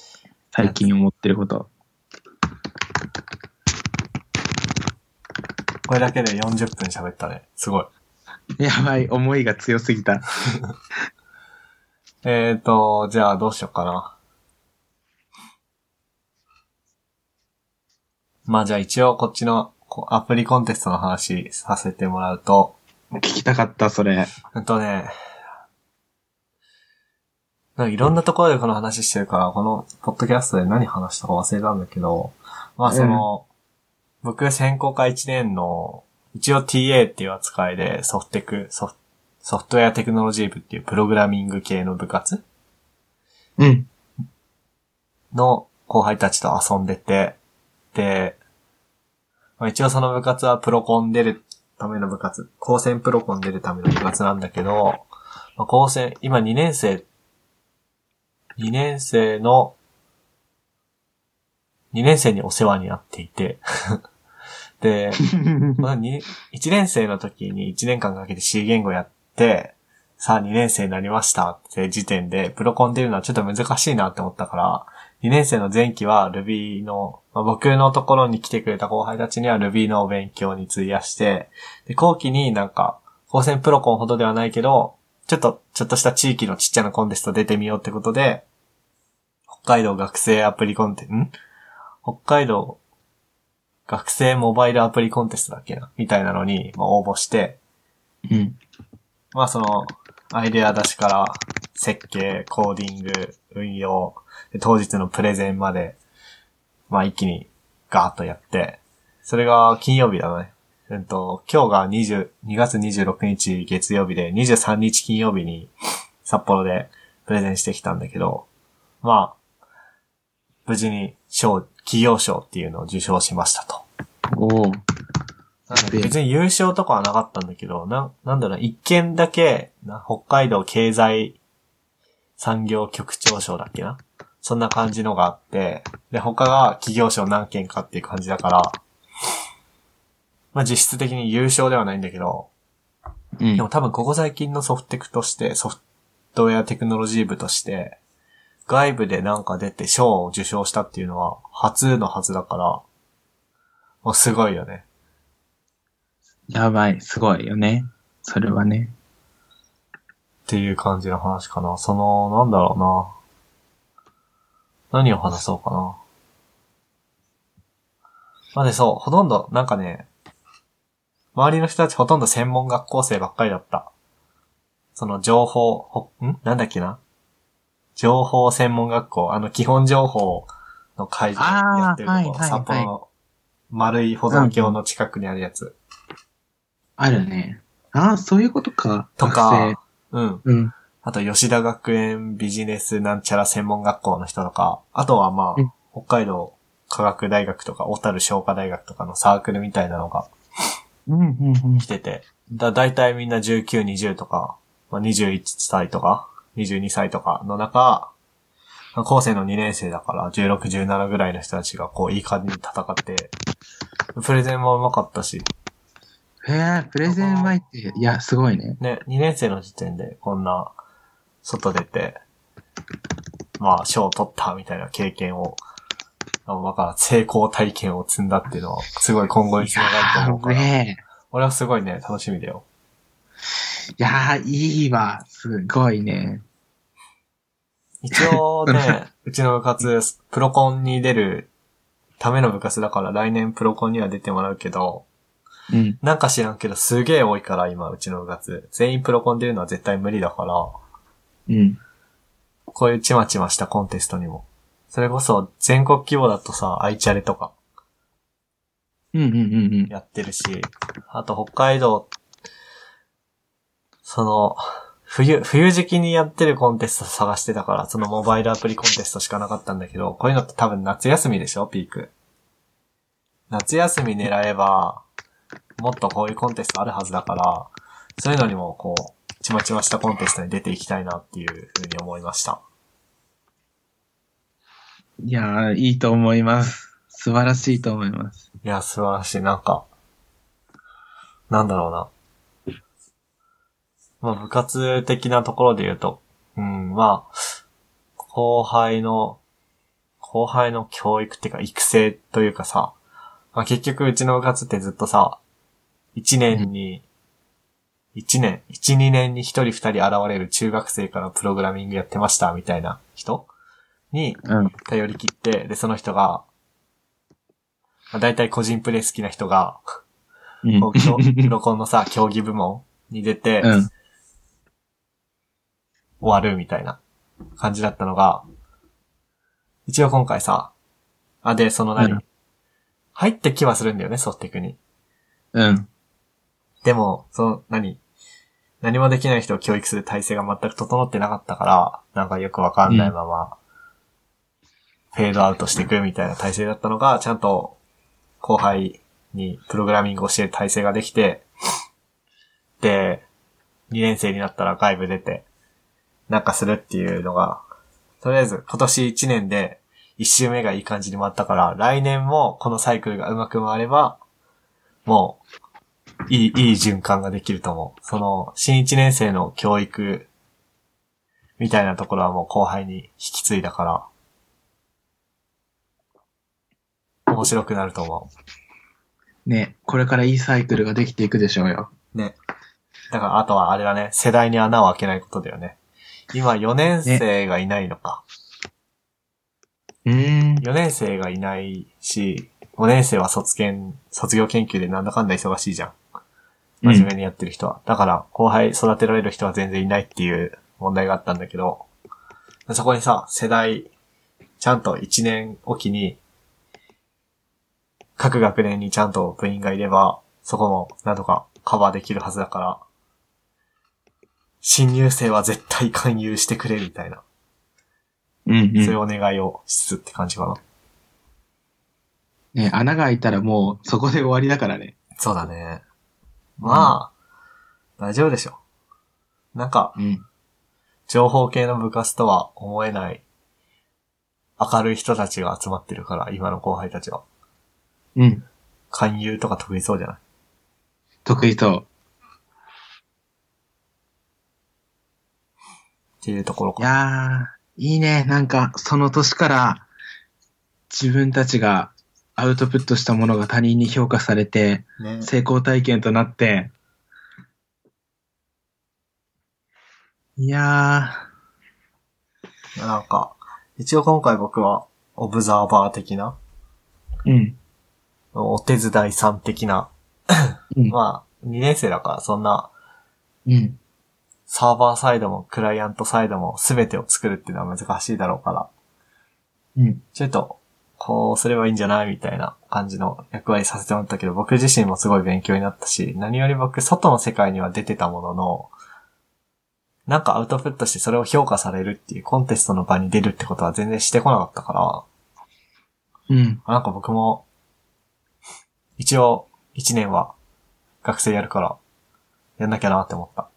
最近思ってること。
これだけで40分喋ったね。すごい。
やばい、思いが強すぎた。
えーと、じゃあどうしようかな。まあじゃあ一応こっちのこうアプリコンテストの話させてもらうと、
聞きたかった、それ。
うんとね、なんかいろんなところでこの話してるから、このポッドキャストで何話したか忘れたんだけど、まあその、僕専攻科1年の、一応 TA っていう扱いでソフテク、ソフソフトウェアテクノロジー部っていうプログラミング系の部活
うん。
の後輩たちと遊んでて、で、まあ、一応その部活はプロコン出るための部活、高専プロコン出るための部活なんだけど、まあ、高専、今2年生、2年生の、2年生にお世話になっていて、 で、 まあ、に1年生の時に1年間かけて C 言語やって、さあ2年生になりましたって時点で、プロコン出るのはちょっと難しいなって思ったから、2年生の前期は Ruby の、まあ、僕のところに来てくれた後輩たちには Ruby のお勉強に費やして、で後期になんか、高専プロコンほどではないけど、ちょっと、ちょっとした地域のちっちゃなコンテスト出てみようってことで、北海道学生アプリコンテ、ん北海道学生モバイルアプリコンテストだっけなみたいなのに、まあ、応募して、
うん。
まあその、アイデア出しから、設計、コーディング、運用、で当日のプレゼンまで、まあ一気にガーッとやって、それが金曜日だね。うんと、今日が20、2月26日月曜日で、23日金曜日に札幌でプレゼンしてきたんだけど、まあ、無事に賞、企業賞っていうのを受賞しましたと。
おお。
なんだ別に優勝とかはなかったんだけど、なん、なんだろう、一件だけ、な北海道経済産業局長賞だっけなそんな感じのがあって、で、他が企業賞何件かっていう感じだから、まあ実質的に優勝ではないんだけど、
うん
でも。多分ここ最近のソフテクとして、ソフトウェアテクノロジー部として、外部でなんか出て賞を受賞したっていうのは初のはずだから、もうすごいよね。
やばい。すごいよね。それはね。
っていう感じの話かな。その、なんだろうな。何を話そうかな。まあね、そう、ほとんど、なんかね、周りの人たちほとんど専門学校生ばっかりだった。その情報、ほんなんだっけな情報専門学校、あの基本情報の会場
あー
やってるところ、
はいはい
札幌の丸い保存橋の近くにあるやつ。
あるね。ああ、そういうことか。
とか、うん。
学生。うん。
あと、吉田学園ビジネスなんちゃら専門学校の人とか、あとはま
うん
あ、北海道科学大学とか、小樽商科大学とかのサークルみたいなのが
うん、うん、うん
来。てて、だ、だいたいみんな19、20とか、まあ、21歳とか、22歳とかの中、まあ高生の2年生だから、16、17ぐらいの人たちがこう、いい感じに戦って、プレゼンもうまかったし、
へえ、プレゼン前って、いや、すごいね。
ね、2年生の時点でこんな、外出て、まあ、賞を取ったみたいな経験を、あの、だから成功体験を積んだっていうのは、すごい今後につながると思うか
いやー
ら、
ね
俺はすごいね、楽しみだよ。
えいやー、いいわ。すごいね。
一応ね、うちの部活、プロコンに出るための部活だから、来年プロコンには出てもらうけど、
うん。
なんか知らんけど、すげえ多いから、今、うちの部活。全員プロコン出るのは絶対無理だから、
うん。
こういうちまちましたコンテストにも。それこそ全国規模だとさ、アイチャレとか
うん、うん、うん、うん。
やってるし、あと北海道、その、冬、冬時期にやってるコンテスト探してたから、そのモバイルアプリコンテストしかなかったんだけど、こういうのって多分夏休みでしょピーク。夏休み狙えば、もっとこういうコンテストあるはずだから、そういうのにもこう、ちまちましたコンテストに出ていきたいなっていうふうに思いました。
いやー、いいと思います。素晴らしいと思います。
いや、素晴らしい。なんか、なんだろうな。まあ、部活的なところで言うと、うん、まあ、後輩の、後輩の教育っていうか、育成というかさ、まあ、結局うちの部活ってずっとさ、1年に、1年、1、2年に1人2人現れる中学生からプログラミングやってました、みたいな人に、
うん。
頼り切って、で、その人が、まあ、大体個人プレイ好きな人が、
うん。
こうきょプロコンのさ、競技部門に出て、
う
終
ん。
わるみたいな感じだったのが、一応今回さ、あ、で、その何、
うん
入ってきはするんだよね、ソフテクに。
うん。
でも、その、何何もできない人を教育する体制が全く整ってなかったから、なんかよくわかんないまま、フェードアウトしていくみたいな体制だったのが、ちゃんと後輩にプログラミングを教える体制ができて、で、2年生になったら外部出て、なんかするっていうのが、とりあえず今年1年で1周目がいい感じに回ったから、来年もこのサイクルがうまく回れば、もういい、いい循環ができると思う。その、新一年生の教育、みたいなところはもう後輩に引き継いだから、面白くなると思
ね、これからいいサイクルができていくでしょうよ。
う。ね。だから、あとはあれだね、世代に穴を開けないことだよね。今、4年生がいないのか。
うーん。
4年生がいないし、5年生は卒研、卒業研究でなんだかんだ忙しいじゃん。
うん
真面目にやってる人は。だから、後輩育てられる人は全然いないっていう問題があったんだけど、そこにさ、世代、ちゃんと1年おきに、各学年にちゃんと部員がいれば、そこも、なんとかカバーできるはずだから、新入生は絶対勧誘してくれ、みたいな。
うん。
そうういうんお願いをしつつって感じかな。
ね、穴が開いたらもうそこで終わりだからね。
そうだね。まあ、大丈夫でしょ。なんか、
うん。
情報系の部活とは思えない、明るい人たちが集まってるから、今の後輩たちは。
うん。
勧誘とか得意そうじゃない
得意そう。
っていうところ
い
か。
やー、いいね。なんか、その年から、自分たちがアウトプットしたものが他人に評価されて、
ね。
成功体験となって、いや
なんか、一応今回僕は、オブザーバー的な、
ー、うん。
お手伝いさん的な、
うん。
まあ、2年生だからそんな、
うん。
サーバーサイドもクライアントサイドも全てを作るっていうのは難しいだろうから、
うん。
ちょっと、こうすればいいんじゃないみたいな感じの役割させてもらったけど、僕自身もすごい勉強になったし、何より僕、外の世界には出てたものの、なんかアウトプットしてそれを評価されるっていうコンテストの場に出るってことは全然してこなかったか
うん。
ら、なんか僕も、一応、一年は学生やるから、やんなきゃなって思った。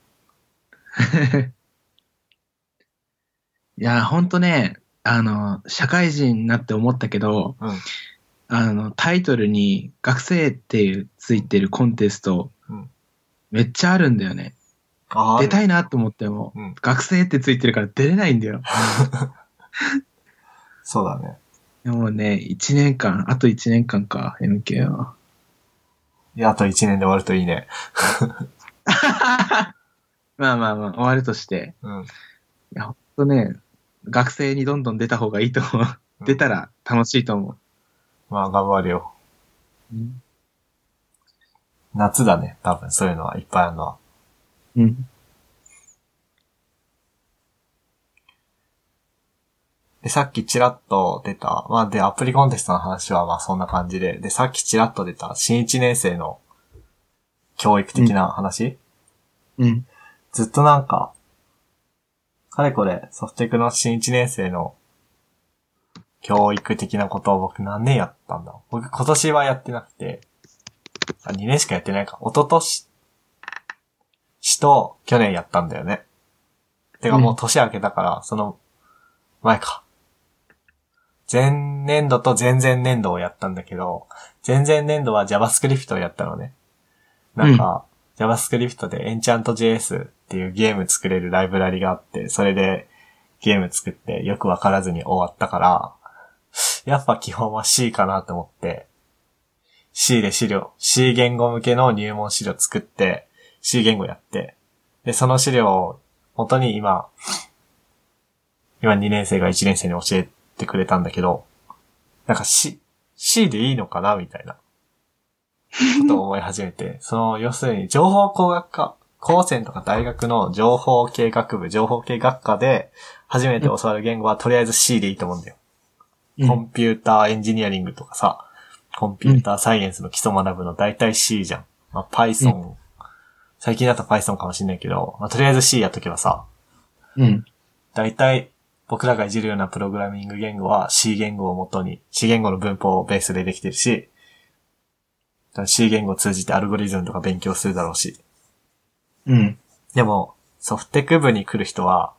いやー、ほんとね、あの、社会人になって思ったけど、
うん
あの、タイトルに学生っていうついてるコンテスト、
うん
めっちゃあるんだよね。
あー
出たいなと思っても、
うん。
学生ってついてるから出れないんだよ。
そうだね。
でもね、1年間、あと1年間か、MK は。
いや、あと一年で終わるといいね。
まあまあまあ、終わるとして。
うん。
いや、ほんとね、学生にどんどん出た方がいいと思う。出たら楽しいと思
まあ、頑張るよ。
う。うん。
夏だね。多分、そういうのはいっぱいあるのは。
うん。
で、さっきチラッと出た、まあで、アプリコンテストの話はまあそんな感じで、で、さっきチラッと出た新1年生の教育的な話、
うん。
ずっとなんか、かれこれソフテクの新1年生の教育的なことを僕何年やったんだろう僕今年はやってなくて、あ、2年しかやってないか。一昨年しと去年やったんだよね。てかもう年明けたから、その前か。前年度と前々年度をやったんだけど、前々年度は JavaScript をやったのね。なんか、JavaScript で EnchantJS っていうゲーム作れるライブラリがあって、それでゲーム作ってよくわからずに終わったから、やっぱ基本は C かなと思って、C で資料、C 言語向けの入門資料作って、C 言語やって、で、その資料を元に今、今2年生が1年生に教えてくれたんだけど、なんか C、C でいいのかなみたいな。ことを思い始めて、 その、要するに情報工学科、高専とか大学の情報系学部、情報系学科で初めて教わる言語はとりあえず C でいいと思うんだよ。コンピューターエンジニアリングとかさ、コンピューターサイエンスの基礎学ぶの大体 C じゃん。まあ、Python、最近だと Python かもしんないけど、まあ、とりあえず C やっとけばさ、
うん。
大体僕らがいじるようなプログラミング言語は C 言語をもとに、C 言語の文法をベースでできてるし、C 言語を通じてアルゴリズムとか勉強するだろうし。
うん。
でも、ソフテク部に来る人は、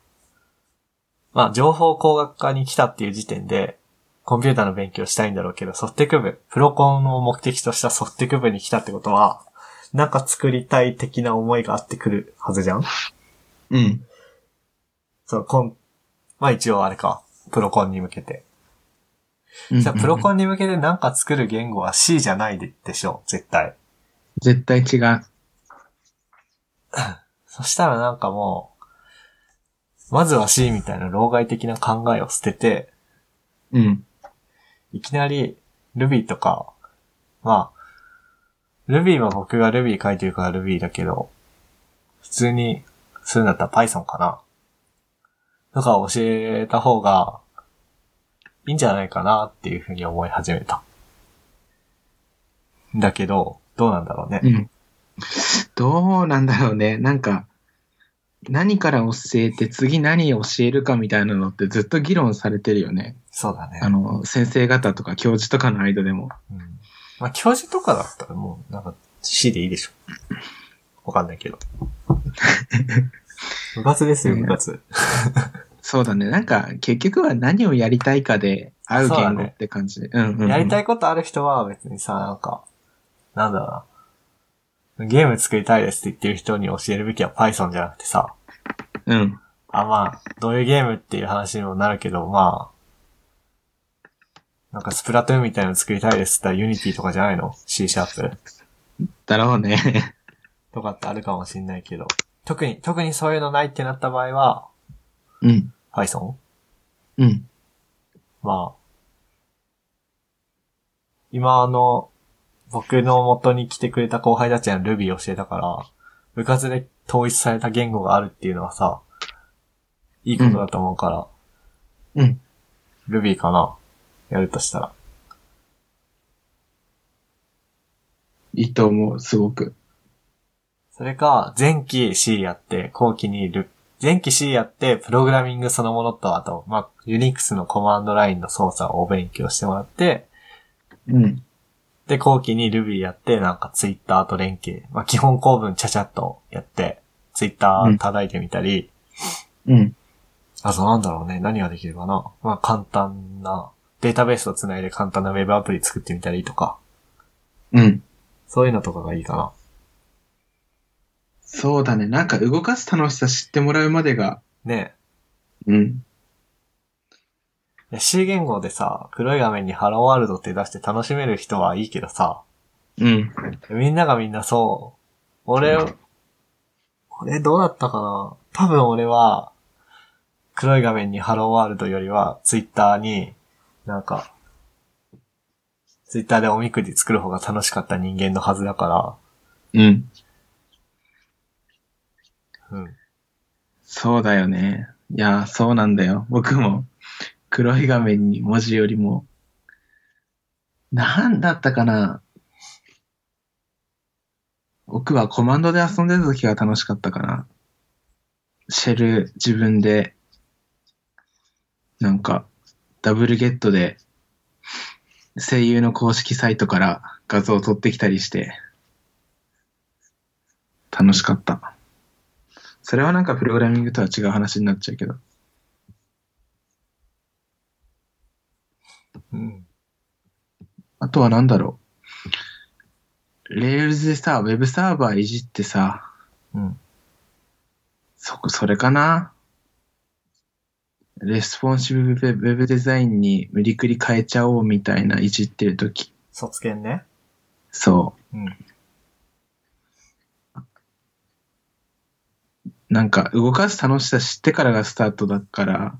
まあ、情報工学科に来たっていう時点で、コンピューターの勉強したいんだろうけど、ソフテク部、プロコンを目的としたソフテク部に来たってことは、なんか作りたい的な思いがあってくるはずじゃん
うん。
その、コン、まあ一応あれか、プロコンに向けて。
うん
じゃあ、プロコンに向けてなんか作る言語は C じゃないででしょう、絶対。
絶対違う。
そしたらなんかもう、まずは C みたいな老害的な考えを捨てて、
うん。
いきなり Ruby とか、まあ、Ruby は僕が Ruby 書いてるから Ruby だけど、普通にするんだったら Python かな。とか教えた方がいいんじゃないかなっていうふうに思い始めた。だけど、どうなんだろうね。
うん。どうなんだろうね。なんか、何から教えて次何を教えるかみたいなのってずっと議論されてるよね。
そうだね。
あの、先生方とか教授とかの間でも。
うん。まあ、教授とかだったらもう、なんか C でいいでしょ。わかんな いけど。部活ですよ、部活。
そうだね。なんか、結局は何をやりたいかで合う
そうだ
言語
ね
って感じ。うんうんうん。
やりた
い。
いことある人は別にさ、なんか、なんだろうな。ゲーム作りたいですって言ってる人に教えるべきは Python じゃなくてさ、
うん。
あ、まあ、どういうゲームっていう話にもなるけど、まあ、なんかスプラトゥーンみたいなの作りたいですって言ったら Unity とかじゃないの ?C シャープ
だろうね。
とかってあるかもしんないけど、特に、特にそういうのないってなった場合は、
うん。
Python?
うん。
まあ、今あの、僕の元に来てくれた後輩たちは Ruby を教えたから、部活で統一された言語があるっていうのはさ、いいことだと思うから、
うん。
Ruby かなやるとしたら。
いいと思う、すごく。
それか、前期 C やって、後期にル、前期 C やって、プログラミングそのものと、あと、まあ、Unix のコマンドラインの操作をお勉強してもらって、
うん。
で、後期に Ruby やって、なんか Twitter と連携。まあ、基本構文ちゃちゃっとやって、Twitter 叩いてみたり、
うん。
あとなんだろうね、何ができるかな。まあ、簡単な、データベースをつないで簡単なウェブアプリ作ってみたりとか、
うん。
そういうのとかがいいかな。
そうだね。なんか動かす楽しさ知ってもらうまでが。
ね
うん。
え。C 言語でさ、黒い画面にハローワールドって出して楽しめる人はいいけどさ、
うん。
みんながみんなそう、俺、俺どうだったかな多分俺は、黒い画面にハローワールドよりは、ツイッターに、なんか、ツイッターでおみくじ作る方が楽しかった人間のはずだか
うん。
ら、うん。
そうだよね。いや、そうなんだよ。僕も黒い画面に文字よりも、なんだったかな。僕はコマンドで遊んでた時が楽しかったかな。シェル自分で、なんか、ダブルゲットで、声優の公式サイトから画像を取ってきたりして、楽しかった。それはなんかプログラミングとは違う話になっちゃうけど。
うん。
あとはなんだろう。レールズでさ、ウェブサーバーいじってさ、
うん。
そこ、それかなレスポンシブウェブウェブデザインに無理くり変えちゃおうみたいないじってるとき。
卒検ね。
そ
うん。
う。なんか動かす楽しさ知ってからがスタートだから、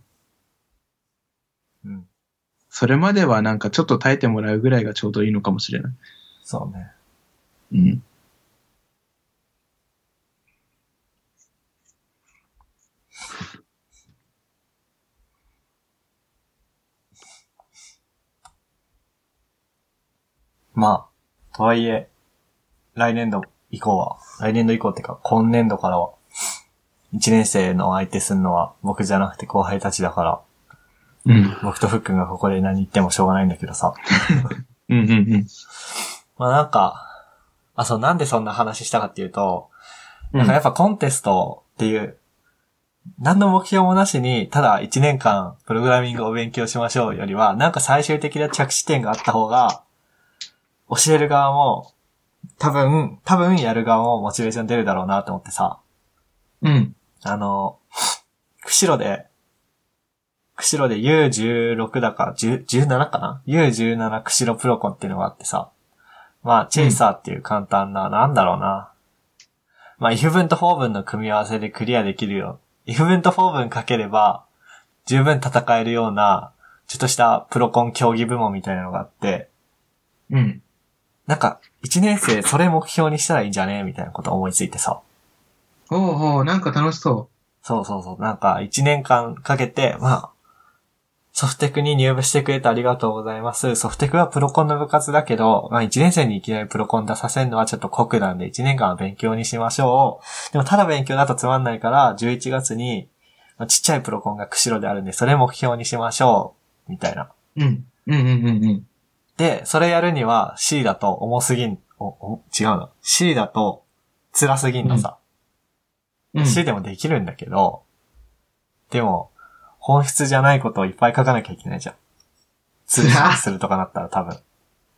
うん。
それまではなんかちょっと耐えてもらうぐらいがちょうどいいのかもしれない。
そうね。
うん。
まあ、とはいえ、来年度以降は、来年度以降ってか、今年度からは、1年生の相手すんのは僕じゃなくて後輩たちだから、
うん。
僕とふっくんがここで何言ってもしょうがないんだけどさ。
うんうんうん。
まあなんか、あ、そう、なんでそんな話したかっていうと、
う
なん
ん
かやっぱコンテストっていう、何の目標もなしに、ただ1年間プログラミングを勉強しましょうよりは、なんか最終的な着地点があった方が、教える側も、多分、多分やる側もモチベーション出るだろうなと思ってさ、
うん。
あの、釧路で、釧路で U16 だから、10 17かな ?U17 釧路プロコンっていうのがあってさ。まあ、チェイサーっていう簡単な、なんだろうな。まあ、if 文と for 文の組み合わせでクリアできるよ。if 文と for 文書ければ、十分戦えるようなちょっとしたプロコン競技部門みたいなのがあって、
うん。
なんか、1年生それ目標にしたらいいんじゃねみたいなこと思いついてさ。
ほうほう、なんか楽しそ
そうそうそう。なんか、1年間かけて、まあ、ソフテクに入部してくれてありがとうございます。ソフテクはプロコンの部活だけど、まあ1年生にいきなりプロコン出させるのはちょっと酷なんで、1年間は勉強にしましょう。でもただ勉強だとつまんないから、11月に、まあちっちゃいプロコンが釧路であるんで、それ目標にしましょう。みたいな。
う。うん。うんうんうんうん。
で、それやるには C だと重すぎん、お、お違うな。C だと辛すぎんのさ。
うん、
C でもできるんだけど、でも、本質じゃないことをいっぱい書かなきゃいけないじゃん。通信するとかなった ら多分、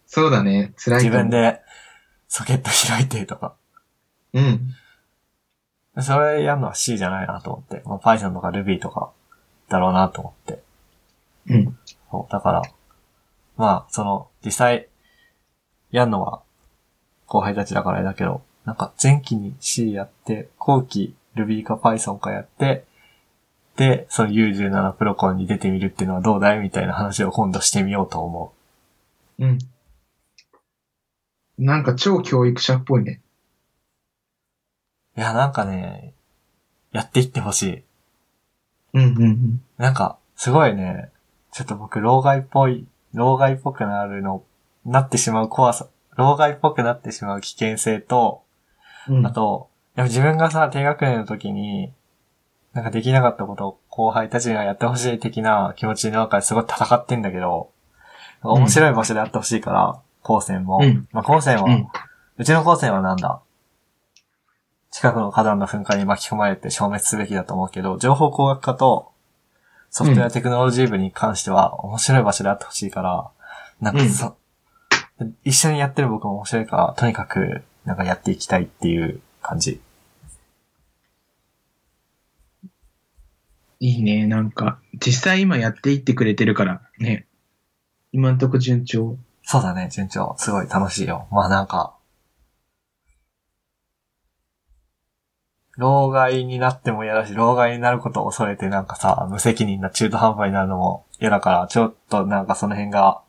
そうだね。辛いと
自
思う
分。でソケット開いてとか。
うん。
それやるのは C じゃないなと思って。まあ、Python とか Ruby とかだろうなと思って。
うん。
そう、だから、まあ、その、実際、やんのは、後輩たちだからあれだけど、なんか前期に C やって、後期 Ruby か Python かやって、で、その U17 プロコンに出てみるっていうのはどうだいみたいな話を今度してみようと思
うん。なんか超教育者っぽいね。
う。いや、なんかね、やっていってほしい。
うんうんうん。
なんか、すごいね、ちょっと僕、老害っぽい、老害っぽくなるの、なってしまう怖さ、老害っぽくなってしまう危険性と、
うん、
あと、やっぱ自分がさ、低学年の時に、なんかできなかったことを後輩たちにはやってほしい的な気持ちの中ですごい戦ってんだけど、なんか面白い場所であってほしいから、高専も。
うん
まあ高専は、
う
うんちの高専はなんだ近くの火山の噴火に巻き込まれて消滅すべきだと思うけど、情報工学科とソフトウェアテクノロジー部に関しては面白い場所であってほしいから、なんかそ、一緒にやってる僕も面白いから、とにかく、なんかやっていきたいっていう感じ。
いいね。なんか、実際今やっていってくれてるから、ね。今んとこ順調。
そうだね、順調。すごい楽しいよ。まあなんか、老害になっても嫌だし、老害になることを恐れてなんかさ、無責任な中途半端になるのも嫌だから、ちょっとなんかその辺が、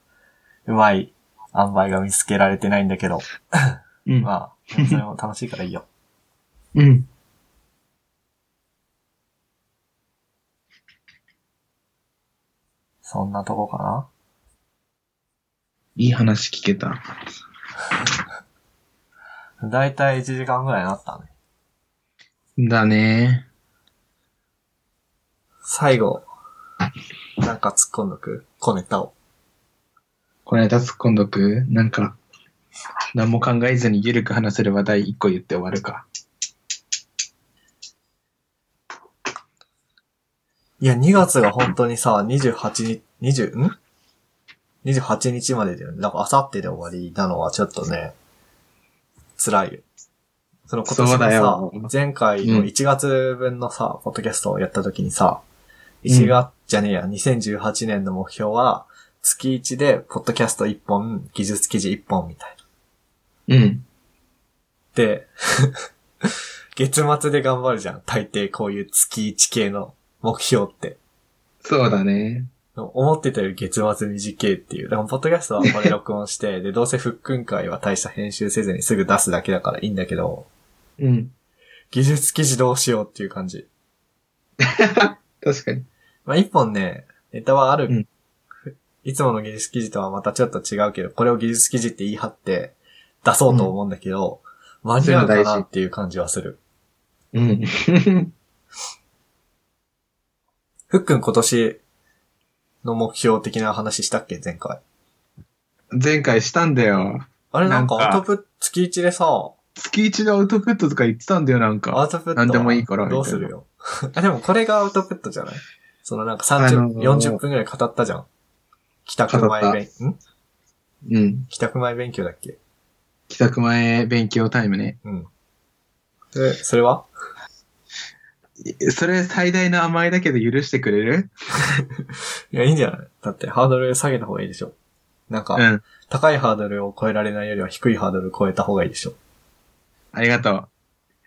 うまい塩梅が見つけられてないんだけど、
うん。
まあ、でもそれも楽しいからいいよ。
うん。
そんなとこかない
い話聞けた。
だいたい1時間ぐらいになったね。
だね。
最後、なんか突っ込んどく小ネタを。
この間突っ込んどくなんか、何も考えずにゆるく話せる話題一個言って終わるか。
いや、2月が本当にさ、28日、20、ん ?28 日までだよね。なんか、あさってで終わりなのはちょっとね、辛いよ。その今
そうだ
年
よ
のさ、前回の
うん
1月分のさ、ポッドキャストをやった時にさ、
うん
1月、じゃねえや、2018年の目標は、月1で、ポッドキャスト1本、技術記事1本みたいな。
うん。
で、 月末で頑張るじゃん。大抵こういう月1系の目標って。
そうだね。
思ってたより月末短いっていう。でも、ポッドキャストはこ れ録音して、で、どうせ復訓会は大した編集せずにすぐ出すだけだからいいんだけど、
うん。
技術記事どうしようっていう感じ。
確かに。
まあ、一本ね、ネタはある。
うん
いつもの技術記事とはまたちょっと違うけど、これを技術記事って言い張って出そうと思うんだけど、間に合うかなっていう感じはする。
うん。
ふっくん今年の目標的な話したっけ前回。
前回したんだよ。
あれなんか
なん
ア
か
ウトプット月1でさ、
月一でアウトプットとか言ってたんだよ、なん
ア
か。
ウトプット。
なんでもいいからみたい
ど
な
うするよ。あ、でもこれがアウトプットじゃないそのなんか
あの
30、
ー
40分くらい語ったじゃん。帰宅前勉、ん
うん。
帰宅前勉強だっけ
帰宅前勉強タイムね。
うん。で、それは
それ最大の甘えだけど許してくれる
いや、いいんじゃないだってハードル下げた方がいいでしょ。なんか、
うん。
高いハードルを超えられないよりは低いハードルを超えた方がいいでしょ。
ありがと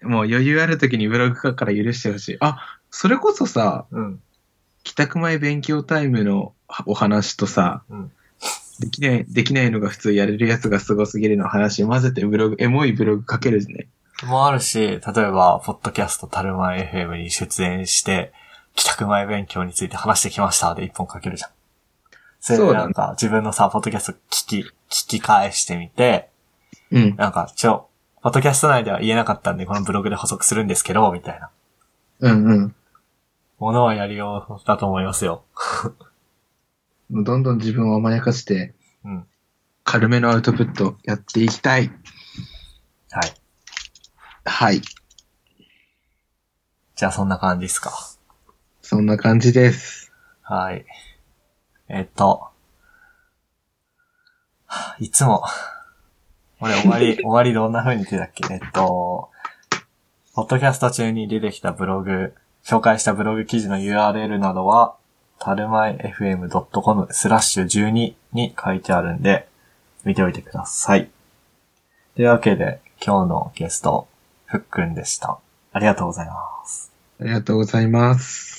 う。もう余裕ある時にブログ書くから許してほしい。あ、それこそさ、
うん。
帰宅前勉強タイムのお話とさ、
うん
できない、できないのが普通やれるやつがすごすぎるの話混ぜてブログ、エモいブログ書けるね。
もあるし、例えば、ポッドキャストタルマン FM に出演して、帰宅前勉強について話してきましたで一本書けるじゃん。それ
そ
で
うだね
なんか、自分のさ、ポッドキャスト聞き、聞き返してみて、
うん。
なんか、ちょ、ポッドキャスト内では言えなかったんで、このブログで補足するんですけど、みたいな。
うん
ものはやりようだと思いますよ。
うん。どんどん自分を甘やかして、
うん。
軽めのアウトプットやっていきたい。
はい。
はい。
じゃあ、そんな感じですか。
そんな感じです。
はい。えっと。いつも、俺終わり、終わりどんな風に言ってたっけえっと、ポッドキャスト中に出てきたブログ、紹介したブログ記事の URL などは、たるまい fm.com スラッシュ12に書いてあるんで、見ておいてください。というわけで、今日のゲスト、ふっくんでした。ありがとうございます。
ありがとうございます。